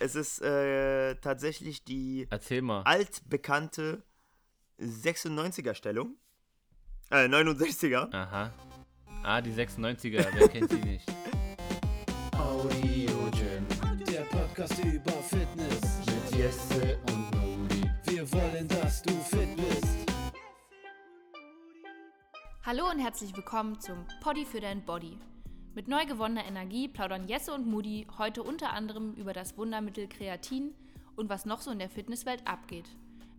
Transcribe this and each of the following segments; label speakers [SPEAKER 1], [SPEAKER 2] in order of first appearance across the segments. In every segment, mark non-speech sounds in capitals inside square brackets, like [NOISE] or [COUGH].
[SPEAKER 1] Es ist äh, tatsächlich die
[SPEAKER 2] Erzähl mal.
[SPEAKER 1] altbekannte 96er-Stellung. Äh, 69er.
[SPEAKER 2] Aha. Ah, die 96er, wer kennt
[SPEAKER 1] [LAUGHS]
[SPEAKER 2] die nicht?
[SPEAKER 3] Audio Gym, der Podcast über Fitness mit Jesse und Nuri. Wir wollen, dass du fit bist.
[SPEAKER 4] Hallo und herzlich willkommen zum Poddy für dein Body. Mit neu gewonnener Energie plaudern Jesse und Moody heute unter anderem über das Wundermittel Kreatin und was noch so in der Fitnesswelt abgeht.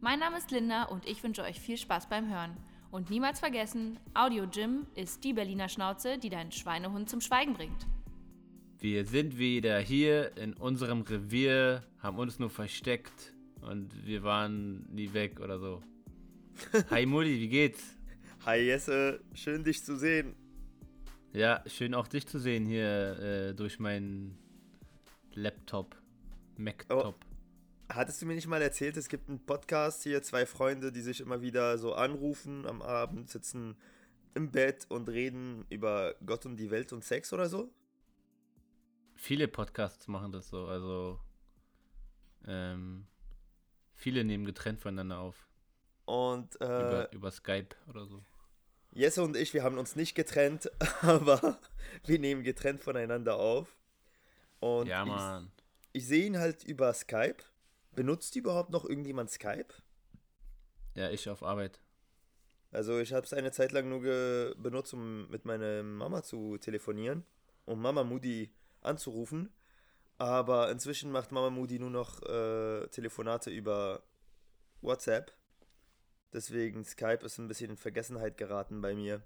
[SPEAKER 4] Mein Name ist Linda und ich wünsche euch viel Spaß beim Hören. Und niemals vergessen, Audio Gym ist die Berliner Schnauze, die deinen Schweinehund zum Schweigen bringt.
[SPEAKER 2] Wir sind wieder hier in unserem Revier, haben uns nur versteckt und wir waren nie weg oder
[SPEAKER 1] [LAUGHS]
[SPEAKER 2] so. Hi Mutti, wie geht's?
[SPEAKER 1] Hi Jesse, schön dich zu sehen.
[SPEAKER 2] Ja, schön auch dich zu sehen hier äh, durch meinen Laptop, Mac-Top.
[SPEAKER 1] Oh. Hattest du mir nicht mal erzählt, es gibt einen Podcast hier, zwei Freunde, die sich immer wieder so anrufen am Abend, sitzen im Bett und reden über Gott und die Welt und Sex oder so?
[SPEAKER 2] Viele Podcasts machen das so, also ähm, viele nehmen getrennt voneinander auf,
[SPEAKER 1] Und äh,
[SPEAKER 2] über, über Skype oder so.
[SPEAKER 1] Jesse und ich, wir haben uns nicht getrennt, [LAUGHS] aber wir nehmen getrennt voneinander auf. Und
[SPEAKER 2] Ja,
[SPEAKER 1] ich-
[SPEAKER 2] Mann.
[SPEAKER 1] ich sehe ihn halt über Skype. Benutzt überhaupt noch irgendjemand Skype?
[SPEAKER 2] Ja, ich auf Arbeit.
[SPEAKER 1] Also ich habe es eine Zeit lang nur ge- benutzt, um mit meiner Mama zu telefonieren, um Mama Moody anzurufen. Aber inzwischen macht Mama Moody nur noch äh, Telefonate über WhatsApp. Deswegen Skype ist ein bisschen in Vergessenheit geraten bei mir.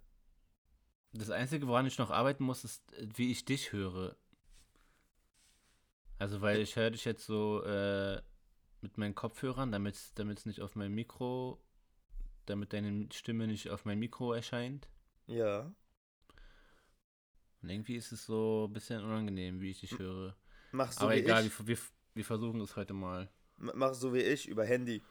[SPEAKER 2] Das Einzige, woran ich noch arbeiten muss, ist, äh, wie ich dich höre. Also,
[SPEAKER 1] Äh.
[SPEAKER 2] weil ich höre dich jetzt so äh, mit meinen Kopfhörern, damit es nicht auf mein Mikro, damit deine Stimme nicht auf mein Mikro erscheint.
[SPEAKER 1] Ja.
[SPEAKER 2] Und irgendwie ist es so ein bisschen unangenehm, wie ich dich höre.
[SPEAKER 1] Mach so
[SPEAKER 2] Aber
[SPEAKER 1] wie
[SPEAKER 2] egal,
[SPEAKER 1] ich.
[SPEAKER 2] wir, wir, wir versuchen es heute mal,
[SPEAKER 1] M- Mach so wie ich über Handy.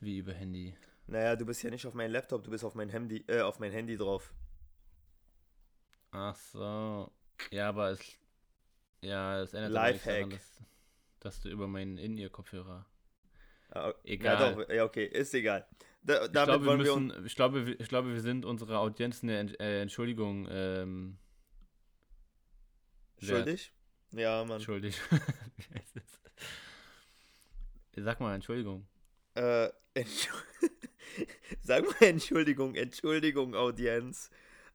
[SPEAKER 2] wie über Handy.
[SPEAKER 1] Naja, du bist ja nicht auf meinem Laptop, du bist auf mein Handy, äh, auf mein Handy drauf.
[SPEAKER 2] Ach so. Ja, aber es. Ja, es ändert aber nichts daran,
[SPEAKER 1] Lifehack.
[SPEAKER 2] dass, dass du über meinen In-Ear-Kopfhörer.
[SPEAKER 1] Ah, Ja,
[SPEAKER 2] Egal.
[SPEAKER 1] doch, ja, okay, ist egal. Da, damit
[SPEAKER 2] Ich glaube, wir
[SPEAKER 1] wollen wir uns.
[SPEAKER 2] müssen, ich, glaube, wir- ich glaube, wir sind unserer Audienz eine Ent- äh, Entschuldigung ähm, wert.
[SPEAKER 1] Schuldig? Ja, Mann.
[SPEAKER 2] Entschuldig. Wie heißt es? [LAUGHS] Sag mal, Entschuldigung.
[SPEAKER 1] Äh, Entschu- Äh, [LAUGHS] Sag mal Entschuldigung, Entschuldigung, Audienz.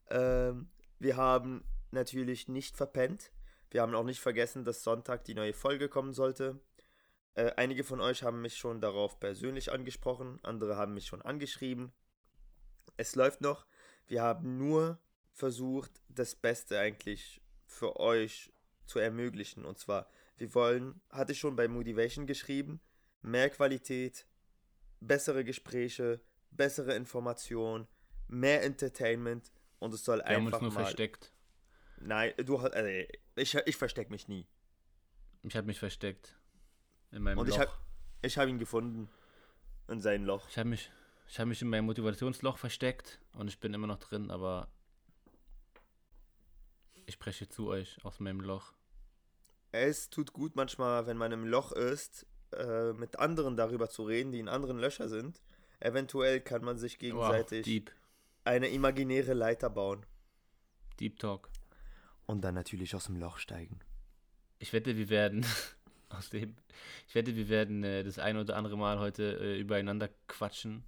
[SPEAKER 1] Ähm, wir haben natürlich nicht verpennt. Wir haben auch nicht vergessen, dass Sonntag die neue Folge kommen sollte. Äh, einige von euch haben mich schon darauf persönlich angesprochen, andere haben mich schon angeschrieben. Es läuft noch. Wir haben nur versucht, das Beste eigentlich für euch zu ermöglichen. Und zwar, wir wollen, hatte ich schon bei Motivation geschrieben, mehr Qualität, bessere Gespräche, bessere Informationen, mehr Entertainment und es soll
[SPEAKER 2] Wir haben
[SPEAKER 1] einfach
[SPEAKER 2] uns nur
[SPEAKER 1] mal
[SPEAKER 2] versteckt.
[SPEAKER 1] Nein, du hast. Äh, ich ich verstecke mich nie.
[SPEAKER 2] Ich habe mich versteckt. In meinem
[SPEAKER 1] Und
[SPEAKER 2] Loch.
[SPEAKER 1] ich habe ich hab ihn gefunden. In seinem Loch.
[SPEAKER 2] ich habe mich, ich hab mich in meinem Motivationsloch versteckt und ich bin immer noch drin, aber ich spreche zu euch aus meinem Loch.
[SPEAKER 1] Es tut gut manchmal, wenn man im Loch ist, äh, mit anderen darüber zu reden, die in anderen Löcher sind. Eventuell kann man sich
[SPEAKER 2] Wow,
[SPEAKER 1] gegenseitig
[SPEAKER 2] deep.
[SPEAKER 1] eine imaginäre Leiter bauen.
[SPEAKER 2] Deep Talk.
[SPEAKER 1] Und dann natürlich aus dem Loch steigen.
[SPEAKER 2] Ich wette, wir werden [LAUGHS] aus dem. Ich wette, wir werden äh, das ein oder andere Mal heute äh, übereinander quatschen.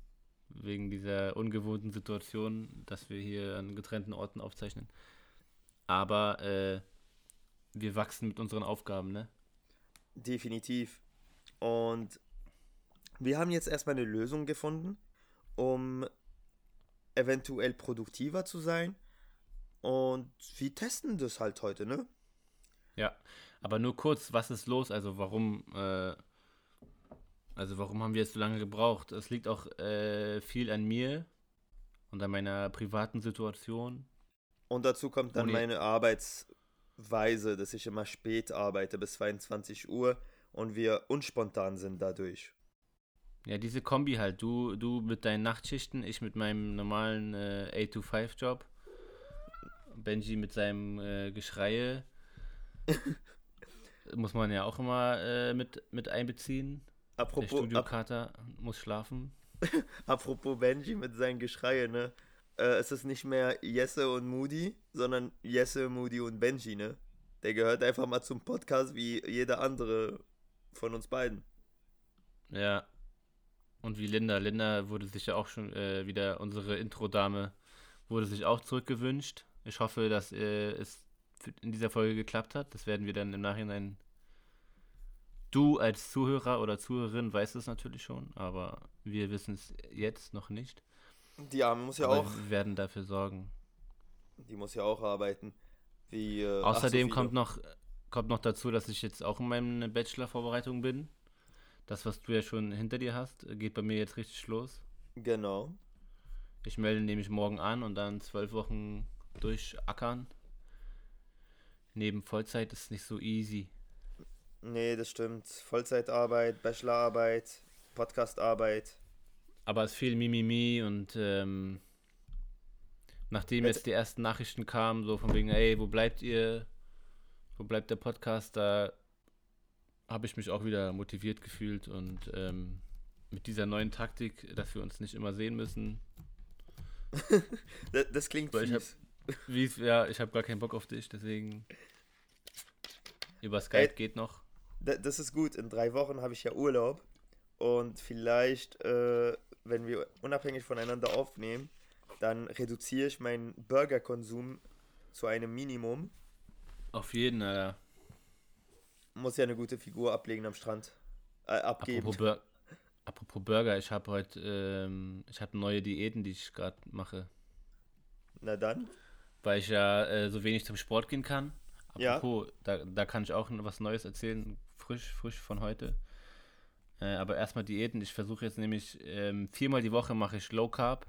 [SPEAKER 2] Wegen dieser ungewohnten Situation, dass wir hier an getrennten Orten aufzeichnen. Aber äh, wir wachsen mit unseren Aufgaben, ne?
[SPEAKER 1] Definitiv. Und wir haben jetzt erstmal eine Lösung gefunden, um eventuell produktiver zu sein. Und wir testen das halt heute, ne?
[SPEAKER 2] Ja. Aber nur kurz, was ist los? Also warum, äh, also warum haben wir jetzt so lange gebraucht? Es liegt auch äh, viel an mir und an meiner privaten Situation.
[SPEAKER 1] Und dazu kommt dann
[SPEAKER 2] Moni-
[SPEAKER 1] meine Arbeitsweise, dass ich immer spät arbeite, bis 22 Uhr und wir unspontan sind dadurch.
[SPEAKER 2] Ja, diese Kombi halt. Du, du mit deinen Nachtschichten, ich mit meinem normalen äh, 8-to-5-Job. Benji mit seinem äh, Geschreie. muss man ja auch immer äh, mit, mit einbeziehen. Der
[SPEAKER 1] Apropos, ap
[SPEAKER 2] Studiokater muss schlafen.
[SPEAKER 1] apropos Benji mit seinen Geschreien, ne? Äh, es ist nicht mehr Jesse und Moody, sondern Jesse, Moody und Benji, ne? Der gehört einfach mal zum Podcast wie jeder andere von uns beiden.
[SPEAKER 2] Ja. Und wie Linda. Linda wurde sich ja auch schon äh, wieder, unsere Intro-Dame, wurde sich auch zurückgewünscht. Ich hoffe, dass äh, es für- in dieser Folge geklappt hat. Das werden wir dann im Nachhinein. Du als Zuhörer oder Zuhörerin weißt es natürlich schon, aber wir wissen es jetzt noch nicht.
[SPEAKER 1] Die Arme muss ja
[SPEAKER 2] aber
[SPEAKER 1] auch,
[SPEAKER 2] Wir werden dafür sorgen.
[SPEAKER 1] die muss ja auch arbeiten. Wie, äh, ach, so
[SPEAKER 2] Außerdem
[SPEAKER 1] viele.
[SPEAKER 2] kommt, noch, kommt noch dazu, dass ich jetzt auch in meiner Bachelor-Vorbereitung bin. Das, was du ja schon hinter dir hast, geht bei mir jetzt richtig los.
[SPEAKER 1] Genau.
[SPEAKER 2] Ich melde nämlich morgen an und dann zwölf Wochen durchackern. Neben Vollzeit ist nicht so easy.
[SPEAKER 1] Nee, das stimmt. Vollzeitarbeit, Bachelorarbeit, Podcastarbeit.
[SPEAKER 2] Aber es viel Mimimi und ähm, nachdem jetzt die ersten Nachrichten kamen, so von wegen, ey, wo bleibt ihr? Wo bleibt der Podcast? Da habe ich mich auch wieder motiviert gefühlt und ähm, mit dieser neuen Taktik, dass wir uns nicht immer sehen müssen.
[SPEAKER 1] Das, das klingt
[SPEAKER 2] Weil ich
[SPEAKER 1] fies.
[SPEAKER 2] [LAUGHS] Wie es- ja, ich habe gar keinen Bock auf dich,
[SPEAKER 1] [LAUGHS]
[SPEAKER 2] deswegen über Skype
[SPEAKER 1] Ey.
[SPEAKER 2] geht noch.
[SPEAKER 1] Da- Das ist gut. In drei Wochen habe ich ja Urlaub. Und vielleicht, äh, wenn wir unabhängig voneinander aufnehmen, dann reduziere ich meinen Burgerkonsum zu einem Minimum.
[SPEAKER 2] Auf jeden, äh, Alter.
[SPEAKER 1] Muss ja eine gute Figur ablegen am Strand. Äh, abgeben.
[SPEAKER 2] Apropos, Bur Apropos Burger, ich habe heute, ähm, ich habe neue Diäten, die ich gerade mache,
[SPEAKER 1] Na dann.
[SPEAKER 2] weil ich ja äh, so wenig zum Sport gehen kann.
[SPEAKER 1] Ja.
[SPEAKER 2] Apropos, da, da kann ich auch noch was Neues erzählen, frisch, frisch von heute. Äh, aber erstmal Diäten. Ich versuche jetzt nämlich ähm, viermal die Woche mache ich Low Carb,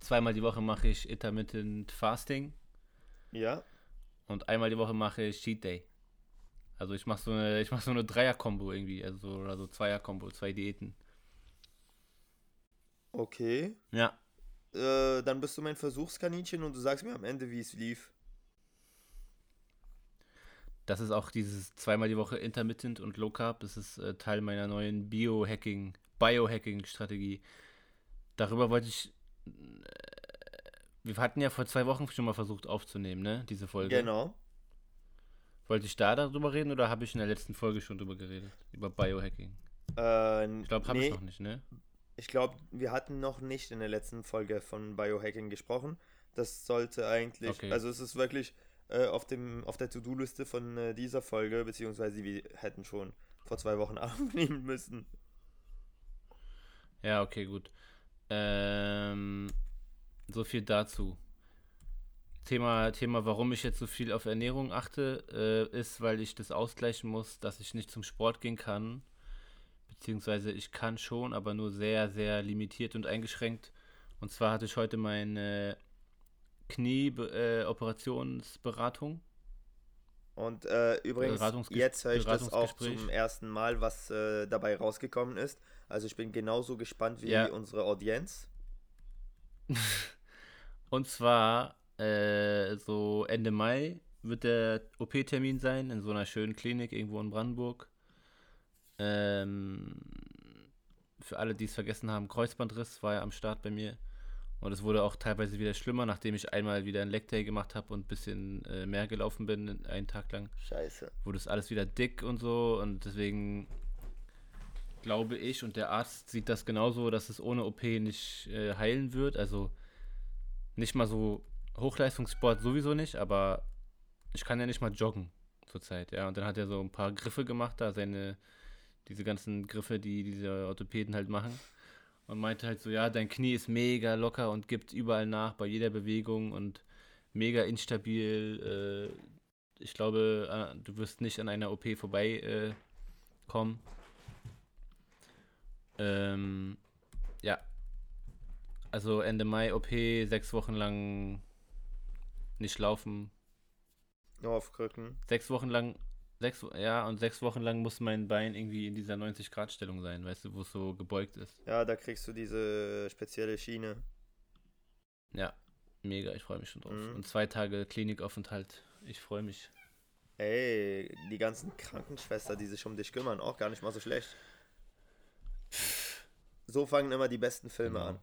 [SPEAKER 2] zweimal die Woche mache ich Intermittent Fasting
[SPEAKER 1] Ja.
[SPEAKER 2] und einmal die Woche mache ich Cheat Day. Also ich mache so eine, ich mache so eine Dreier-Kombo irgendwie, also so- oder so Zweier-Kombo, zwei Diäten.
[SPEAKER 1] Okay.
[SPEAKER 2] Ja,
[SPEAKER 1] Äh, dann bist du mein Versuchskaninchen und du sagst mir am Ende, wie es lief.
[SPEAKER 2] Das ist auch dieses zweimal die Woche Intermittent und Low Carb. Das ist äh, Teil meiner neuen Biohacking, Biohacking-Strategie. Darüber wollte ich. Äh, wir hatten ja vor zwei Wochen schon mal versucht aufzunehmen, ne? Diese Folge.
[SPEAKER 1] Genau.
[SPEAKER 2] Wollte ich da darüber reden oder habe ich in der letzten Folge schon drüber geredet? Über Biohacking.
[SPEAKER 1] Äh,
[SPEAKER 2] Ich glaube, habe
[SPEAKER 1] nee,
[SPEAKER 2] ich noch nicht, ne?
[SPEAKER 1] Ich glaube, wir hatten noch nicht in der letzten Folge von Biohacking gesprochen. Das sollte eigentlich,
[SPEAKER 2] Okay.
[SPEAKER 1] also es ist wirklich äh, auf, dem, auf der To-Do-Liste von äh, dieser Folge, beziehungsweise wir hätten schon vor zwei Wochen [LAUGHS] aufnehmen müssen.
[SPEAKER 2] Ja, okay, gut. Ähm, so viel dazu. Thema, Thema, warum ich jetzt so viel auf Ernährung achte, äh, ist, weil ich das ausgleichen muss, dass ich nicht zum Sport gehen kann. Beziehungsweise ich kann schon, aber nur sehr, sehr limitiert und eingeschränkt. Und zwar hatte ich heute meine äh, Knie-Operationsberatung.
[SPEAKER 1] Und äh, übrigens,
[SPEAKER 2] Beratungsges-
[SPEAKER 1] jetzt höre ich das auch
[SPEAKER 2] Beratungsgespräch.
[SPEAKER 1] zum ersten Mal, was äh, dabei rausgekommen ist. Also ich bin genauso gespannt wie
[SPEAKER 2] Ja.
[SPEAKER 1] unsere Audienz.
[SPEAKER 2] Und zwar äh, so Ende Mai wird der OP-Termin sein in so einer schönen Klinik irgendwo in Brandenburg. Ähm, für alle, die es vergessen haben, Kreuzbandriss war ja am Start bei mir. Und es wurde auch teilweise wieder schlimmer, nachdem ich einmal wieder einen Leg Day gemacht habe und ein bisschen äh, mehr gelaufen bin, einen Tag lang
[SPEAKER 1] Scheiße.
[SPEAKER 2] wurde es alles wieder dick und so und deswegen glaube ich und der Arzt sieht das genauso, dass es ohne OP nicht äh, heilen wird. Also nicht mal so Hochleistungssport sowieso nicht, aber ich kann ja nicht mal joggen zurzeit, ja. Und dann hat er so ein paar Griffe gemacht, da seine, diese ganzen Griffe, die diese Orthopäden halt machen. Und meinte halt so, ja, dein Knie ist mega locker und gibt überall nach bei jeder Bewegung und mega instabil. Äh, ich glaube, äh, du wirst nicht an einer OP vorbeikommen. Äh, kommen. ähm, ja. Also Ende Mai OP, sechs Wochen lang nicht laufen.
[SPEAKER 1] Nur auf Krücken.
[SPEAKER 2] Sechs Wochen lang, sechs, ja, und sechs Wochen lang muss mein Bein irgendwie in dieser 90-Grad-Stellung sein, weißt du, wo es so gebeugt ist.
[SPEAKER 1] Ja, da kriegst du diese spezielle Schiene.
[SPEAKER 2] Ja, mega, ich freue mich schon drauf.
[SPEAKER 1] Mhm.
[SPEAKER 2] Und zwei Tage Klinikaufenthalt, ich freue mich.
[SPEAKER 1] Ey, die ganzen Krankenschwestern, die sich um dich kümmern, auch gar nicht mal so schlecht. So fangen immer die besten Filme
[SPEAKER 2] Genau.
[SPEAKER 1] an.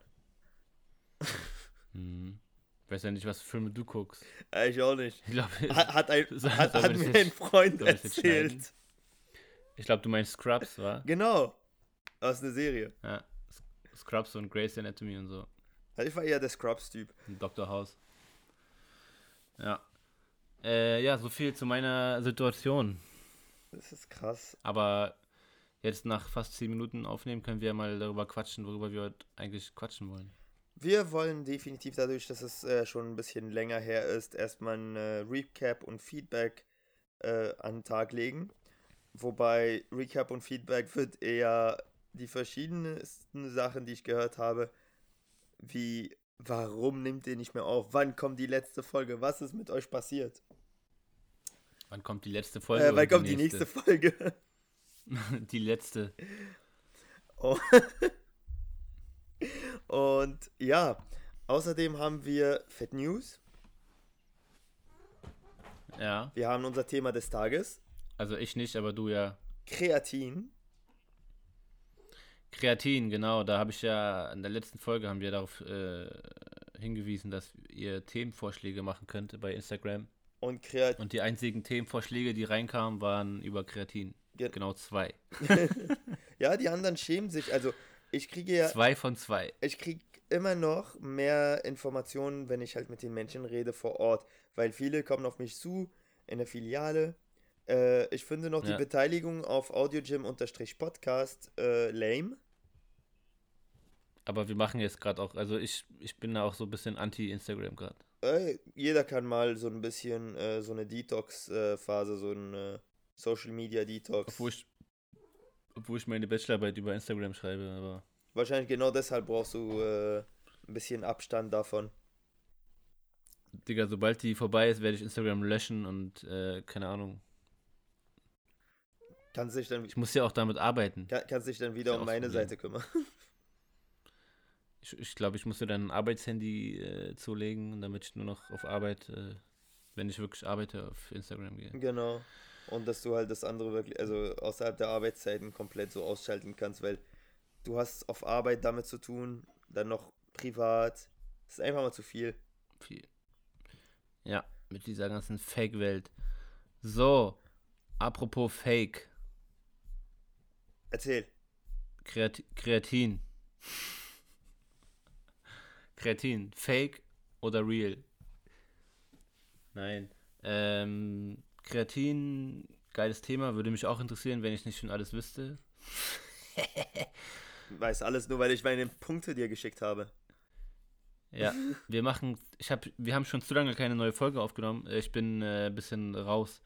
[SPEAKER 2] Mhm. Ich weiß ja nicht, was für Filme du guckst.
[SPEAKER 1] Äh, Ich auch nicht.
[SPEAKER 2] Ich glaube,
[SPEAKER 1] Hat, hat,
[SPEAKER 2] [LAUGHS]
[SPEAKER 1] ein,
[SPEAKER 2] Soll-
[SPEAKER 1] hat,
[SPEAKER 2] sollen
[SPEAKER 1] hat
[SPEAKER 2] wir das
[SPEAKER 1] mir
[SPEAKER 2] jetzt-
[SPEAKER 1] ein Freund
[SPEAKER 2] sollen wir das jetzt schneiden?
[SPEAKER 1] erzählt.
[SPEAKER 2] ich glaub, du meinst Scrubs, wa?
[SPEAKER 1] Genau. Aus einer Serie.
[SPEAKER 2] Ja. S- Scrubs und Grey's Anatomy und so.
[SPEAKER 1] Also ich war eher der Scrubs-Typ.
[SPEAKER 2] Und Dr. House. Ja. Äh, ja, so viel zu meiner Situation.
[SPEAKER 1] Das ist krass.
[SPEAKER 2] Aber jetzt nach fast zehn Minuten aufnehmen, können wir mal darüber quatschen, worüber wir heute eigentlich quatschen wollen.
[SPEAKER 1] Wir wollen definitiv dadurch, dass es äh, schon ein bisschen länger her ist, erstmal ein äh, Recap und Feedback äh, an den Tag legen. Wobei Recap und Feedback wird eher die verschiedensten Sachen, die ich gehört habe, wie warum nimmt ihr nicht mehr auf? Wann kommt die letzte Folge? Was ist mit euch passiert?
[SPEAKER 2] Wann kommt die letzte Folge?
[SPEAKER 1] Äh,
[SPEAKER 2] oder
[SPEAKER 1] wann kommt die nächste Folge? [LAUGHS]
[SPEAKER 2] [LAUGHS] die letzte.
[SPEAKER 1] Oh. Und ja, außerdem haben wir Fat News.
[SPEAKER 2] Ja.
[SPEAKER 1] Wir haben unser Thema des Tages,
[SPEAKER 2] Also ich nicht, aber du ja.
[SPEAKER 1] Kreatin.
[SPEAKER 2] Kreatin, genau. Da habe ich ja in der letzten Folge haben wir darauf äh, hingewiesen, dass ihr Themenvorschläge machen könnt bei Instagram.
[SPEAKER 1] Und Kreatin.
[SPEAKER 2] Und die einzigen Themenvorschläge, die reinkamen, waren über Kreatin.
[SPEAKER 1] Ge-
[SPEAKER 2] Genau zwei.
[SPEAKER 1] Ja, die anderen schämen sich. Also, ich kriege ja,
[SPEAKER 2] Zwei von zwei.
[SPEAKER 1] ich kriege immer noch mehr Informationen, wenn ich halt mit den Menschen rede vor Ort. Weil viele kommen auf mich zu, in der Filiale. Äh, ich finde noch
[SPEAKER 2] Ja.
[SPEAKER 1] die Beteiligung auf audiogym-podcast äh, lame.
[SPEAKER 2] Aber wir machen jetzt gerade auch, also ich, ich bin da auch so ein bisschen anti-Instagram gerade.
[SPEAKER 1] Äh, jeder kann mal so ein bisschen äh, so eine Detox-Phase, so äh, eine Social-Media-Detox.
[SPEAKER 2] Obwohl ich, obwohl ich meine Bachelorarbeit über Instagram schreibe, aber
[SPEAKER 1] Wahrscheinlich genau deshalb brauchst du äh, ein bisschen Abstand davon.
[SPEAKER 2] Digga, sobald die vorbei ist, werde ich Instagram löschen und äh, keine Ahnung.
[SPEAKER 1] Kannst dich dann,
[SPEAKER 2] Ich muss ja auch damit arbeiten.
[SPEAKER 1] kann, kannst dich dann wieder
[SPEAKER 2] Ja,
[SPEAKER 1] um meine
[SPEAKER 2] ausprobieren.
[SPEAKER 1] Seite kümmern.
[SPEAKER 2] Ich, ich glaube, ich muss dir dann ein Arbeitshandy äh, zulegen, damit ich nur noch auf Arbeit, äh, wenn ich wirklich arbeite, auf Instagram gehe.
[SPEAKER 1] genau. Und dass du halt das andere wirklich, also außerhalb der Arbeitszeiten komplett so ausschalten kannst, weil du hast auf Arbeit damit zu tun, dann noch privat. Das ist einfach mal zu viel.
[SPEAKER 2] Viel. Ja, mit dieser ganzen Fake-Welt. So, apropos Fake.
[SPEAKER 1] Erzähl.
[SPEAKER 2] Kreat Kreatin. [LAUGHS] Kreatin. Fake oder real? Nein. Ähm, Kreatin, geiles Thema, würde mich auch interessieren, wenn ich nicht schon alles wüsste.
[SPEAKER 1] Weiß alles nur, weil ich meine Punkte dir geschickt habe.
[SPEAKER 2] Ja, wir machen, ich hab, wir haben schon zu lange keine neue Folge aufgenommen. Äh, Ich bin äh, ein bisschen raus.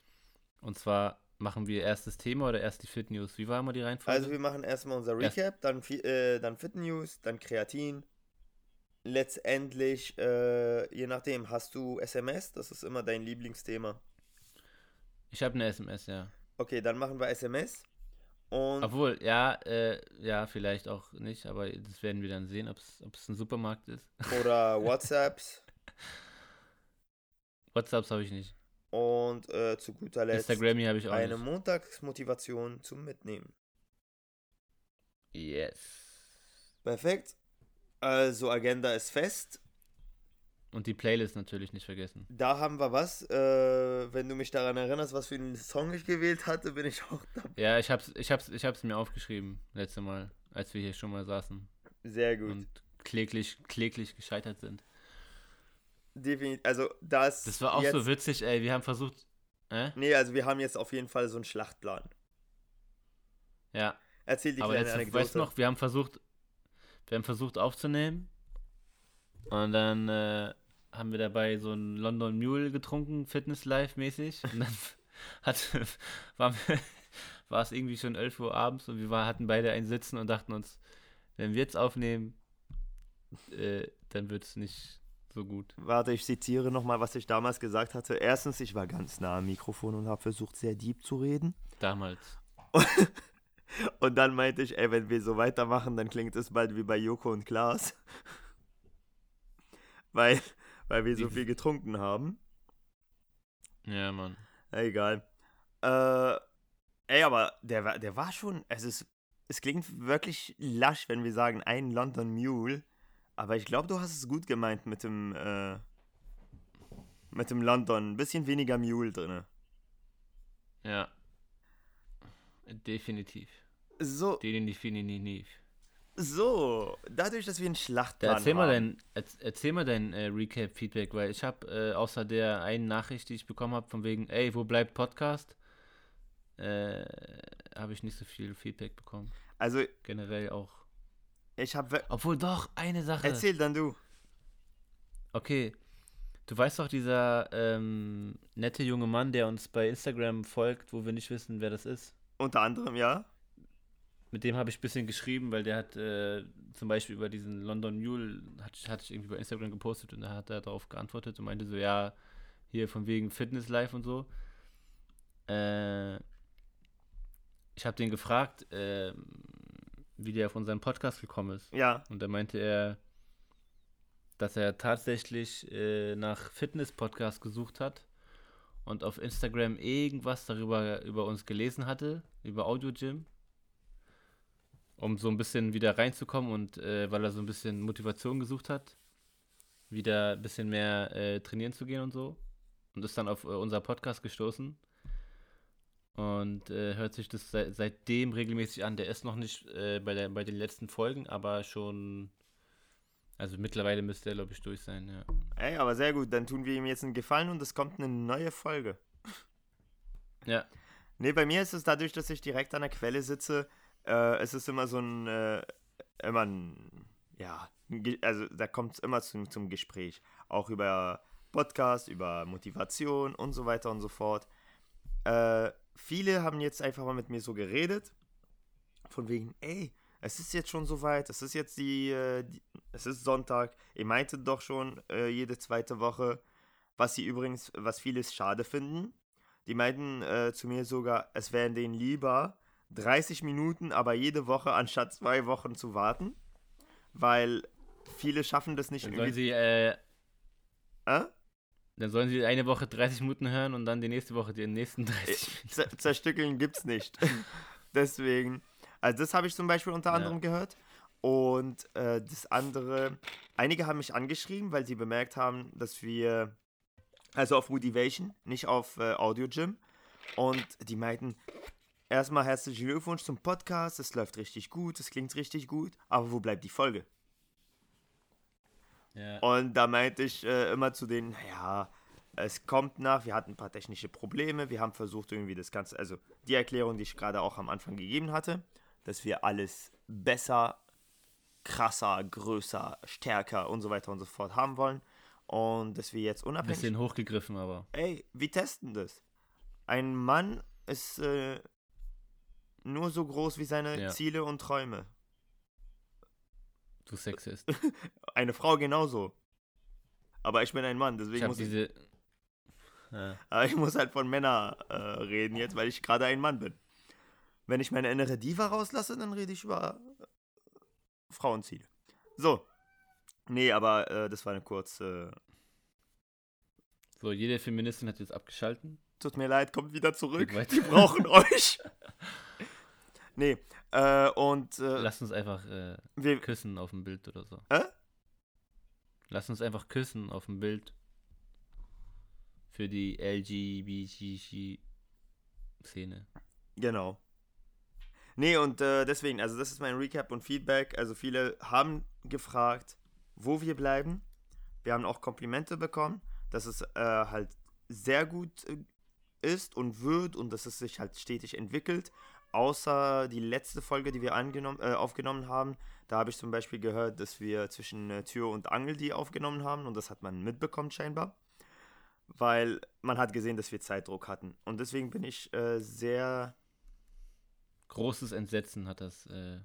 [SPEAKER 2] Und zwar machen wir erst das Thema oder erst die Fit News? Wie war immer die Reihenfolge?
[SPEAKER 1] Also wir machen erstmal unser
[SPEAKER 2] Erst-
[SPEAKER 1] Recap, dann, Fi- äh, dann Fit News, dann Kreatin. Letztendlich, äh, je nachdem, hast du SMS? Das ist immer dein Lieblingsthema.
[SPEAKER 2] ich habe eine SMS, ja.
[SPEAKER 1] Okay, dann machen wir SMS. Und
[SPEAKER 2] Obwohl, ja, äh, ja, vielleicht auch nicht, aber das werden wir dann sehen, ob es ein Supermarkt ist.
[SPEAKER 1] oder WhatsApps.
[SPEAKER 2] WhatsApps habe ich nicht.
[SPEAKER 1] Und äh, zu guter Letzt
[SPEAKER 2] Instagrammy habe ich auch
[SPEAKER 1] eine
[SPEAKER 2] nicht.
[SPEAKER 1] Montagsmotivation zum Mitnehmen.
[SPEAKER 2] Yes.
[SPEAKER 1] Perfekt. Also Agenda ist fest.
[SPEAKER 2] Und die Playlist natürlich nicht vergessen.
[SPEAKER 1] Da haben wir was. Äh, wenn du mich daran erinnerst, was für einen Song ich gewählt hatte, bin ich auch [LAUGHS] dabei.
[SPEAKER 2] Ja, ich hab's, ich hab's, ich hab's mir aufgeschrieben, letzte Mal, als wir hier schon mal saßen
[SPEAKER 1] Sehr gut.
[SPEAKER 2] und kläglich, kläglich gescheitert sind.
[SPEAKER 1] Definitiv. Also das.
[SPEAKER 2] Das war auch
[SPEAKER 1] jetzt,
[SPEAKER 2] so witzig, ey. Wir haben versucht. Äh?
[SPEAKER 1] Nee, also wir haben jetzt auf jeden Fall so einen Schlachtplan.
[SPEAKER 2] Ja.
[SPEAKER 1] Erzähl die
[SPEAKER 2] aber
[SPEAKER 1] kleine
[SPEAKER 2] jetzt,
[SPEAKER 1] Anekdote.
[SPEAKER 2] weißt du noch, wir haben versucht, wir haben versucht aufzunehmen und dann äh, haben wir dabei so einen London Mule getrunken, Fitness Life mäßig und dann [LAUGHS] hat, waren wir, [LAUGHS] war es irgendwie schon 11 Uhr abends und wir war, hatten beide ein Sitzen und dachten uns, wenn wir jetzt aufnehmen, äh, dann wird es nicht so gut.
[SPEAKER 1] Warte, ich zitiere nochmal, was ich damals gesagt hatte. Erstens, ich war ganz nah am Mikrofon und habe versucht, sehr deep zu reden.
[SPEAKER 2] Damals.
[SPEAKER 1] Und dann meinte ich, ey, wenn wir so weitermachen, dann klingt es bald wie bei Joko und Klaas. [LAUGHS] Weil, weil wir so
[SPEAKER 2] Wie-
[SPEAKER 1] viel getrunken haben.
[SPEAKER 2] Ja, Mann.
[SPEAKER 1] Na, Egal. Äh, ey, aber der, war- der war schon, also es, es klingt wirklich lasch, wenn wir sagen, ein London Mule. Aber ich glaube, du hast es gut gemeint mit dem, äh, mit dem London. Ein bisschen weniger Mule drin.
[SPEAKER 2] Ja. Definitiv.
[SPEAKER 1] So,
[SPEAKER 2] Definitiv.
[SPEAKER 1] so. Dadurch, dass wir einen Schlachtplan
[SPEAKER 2] Da erzähl, mal
[SPEAKER 1] haben.
[SPEAKER 2] dein, erz- erzähl mal dein äh, Recap-Feedback, weil ich habe äh, außer der einen Nachricht, die ich bekommen habe, von wegen, ey, wo bleibt Podcast, äh, habe ich nicht so viel Feedback bekommen.
[SPEAKER 1] Also,
[SPEAKER 2] Generell auch.
[SPEAKER 1] ich habe.
[SPEAKER 2] Obwohl doch, eine Sache.
[SPEAKER 1] Erzähl dann du.
[SPEAKER 2] Okay. Du weißt doch, dieser ähm, nette junge Mann, der uns bei Instagram folgt, wo wir nicht wissen, wer das ist.
[SPEAKER 1] Unter anderem, ja.
[SPEAKER 2] Mit dem habe ich ein bisschen geschrieben, weil der hat äh, zum Beispiel über diesen London Mule, hatte ich, hatte ich irgendwie bei Instagram gepostet und da hat er darauf geantwortet und meinte so, ja, hier von wegen Fitness Life und so. Äh, ich habe den gefragt, ähm, wie der auf unseren Podcast gekommen ist.
[SPEAKER 1] Ja.
[SPEAKER 2] Und da meinte er, dass er tatsächlich äh, nach Fitness-Podcast gesucht hat und auf Instagram irgendwas darüber über uns gelesen hatte, über Audio Gym, um so ein bisschen wieder reinzukommen und äh, weil er so ein bisschen Motivation gesucht hat, wieder ein bisschen mehr äh, trainieren zu gehen und so. Und ist dann auf äh, unser Podcast gestoßen und äh, hört sich das seit, seitdem regelmäßig an. Der ist noch nicht äh, bei, der, bei den letzten Folgen, aber schon. Also mittlerweile müsste er, glaube ich, durch sein, ja.
[SPEAKER 1] Ey, aber sehr gut. Dann tun wir ihm jetzt einen Gefallen und es kommt eine neue Folge.
[SPEAKER 2] Ja,
[SPEAKER 1] Nee, bei mir ist es dadurch, dass ich direkt an der Quelle sitze, äh, es ist immer so ein, äh, immer ein, ja, ein Ge- also da kommt es immer zum, zum Gespräch. Auch über Podcast, über Motivation und so weiter und so fort. Äh, viele haben jetzt einfach mal mit mir so geredet, von wegen, ey, es ist jetzt schon soweit, es ist jetzt die, äh, die es ist Sonntag, ihr meintet doch schon äh, jede zweite Woche, was sie übrigens, was viele schade finden, die meinten äh, zu mir sogar, es wären denen lieber 30 Minuten, aber jede Woche anstatt zwei Wochen zu warten, weil viele schaffen das nicht.
[SPEAKER 2] dann
[SPEAKER 1] irgendwie-
[SPEAKER 2] sollen sie, äh,
[SPEAKER 1] Äh?
[SPEAKER 2] dann sollen sie eine Woche 30 Minuten hören und dann die nächste Woche die nächsten 30
[SPEAKER 1] [LAUGHS]
[SPEAKER 2] Minuten.
[SPEAKER 1] Zer zerstückeln gibt's nicht. [LAUGHS] Deswegen. Also das habe ich zum Beispiel unter
[SPEAKER 2] Ja.
[SPEAKER 1] anderem gehört. Und äh, das andere, einige haben mich angeschrieben, weil sie bemerkt haben, dass wir, also auf Motivation, nicht auf äh, Audio Gym. Und die meinten, erstmal herzlichen Glückwunsch zum Podcast, es läuft richtig gut, es klingt richtig gut, aber wo bleibt die Folge? Äh,
[SPEAKER 2] Ja.
[SPEAKER 1] Und da meinte ich äh, immer zu denen, naja, es kommt nach, wir hatten ein paar technische Probleme, wir haben versucht irgendwie das Ganze, also die Erklärung, die ich gerade auch am Anfang gegeben hatte, dass wir alles besser, krasser, größer, stärker und so weiter und so fort haben wollen. Und dass wir jetzt
[SPEAKER 2] Ein
[SPEAKER 1] unabhängig
[SPEAKER 2] bisschen hochgegriffen, aber.
[SPEAKER 1] ey, wir testen das. Ein Mann ist äh, nur so groß wie seine
[SPEAKER 2] Ja.
[SPEAKER 1] Ziele und Träume.
[SPEAKER 2] Du Sexist.
[SPEAKER 1] Eine Frau genauso. Aber ich bin ein Mann, deswegen
[SPEAKER 2] Ich habe
[SPEAKER 1] muss ich
[SPEAKER 2] diese. Ja.
[SPEAKER 1] Aber ich muss halt von Männern äh, reden jetzt, weil ich gerade ein Mann bin. Wenn ich meine innere Diva rauslasse, dann rede ich über äh, Frauenziele. So. Nee, aber äh, das war eine kurze. äh,
[SPEAKER 2] So, jede Feministin hat jetzt abgeschalten.
[SPEAKER 1] Tut mir leid, kommt wieder zurück.
[SPEAKER 2] Geht weiter.
[SPEAKER 1] Wir brauchen euch. Nee, äh, und äh,
[SPEAKER 2] Lass uns einfach äh,
[SPEAKER 1] wir,
[SPEAKER 2] küssen auf dem Bild oder so.
[SPEAKER 1] Hä?
[SPEAKER 2] Lass uns einfach küssen auf dem Bild. Für die LGBT-Szene.
[SPEAKER 1] Genau. Nee, und äh, deswegen, also das ist mein Recap und Feedback. Also viele haben gefragt, wo wir bleiben. Wir haben auch Komplimente bekommen, dass es äh, halt sehr gut äh, ist und wird und dass es sich halt stetig entwickelt. Außer die letzte Folge, die wir angenommen, äh, aufgenommen haben, da habe ich zum Beispiel gehört, dass wir zwischen äh, Tür und Angel die aufgenommen haben und das hat man mitbekommen scheinbar, weil man hat gesehen, dass wir Zeitdruck hatten. Und deswegen bin ich äh, sehr
[SPEAKER 2] Großes Entsetzen hat das äh,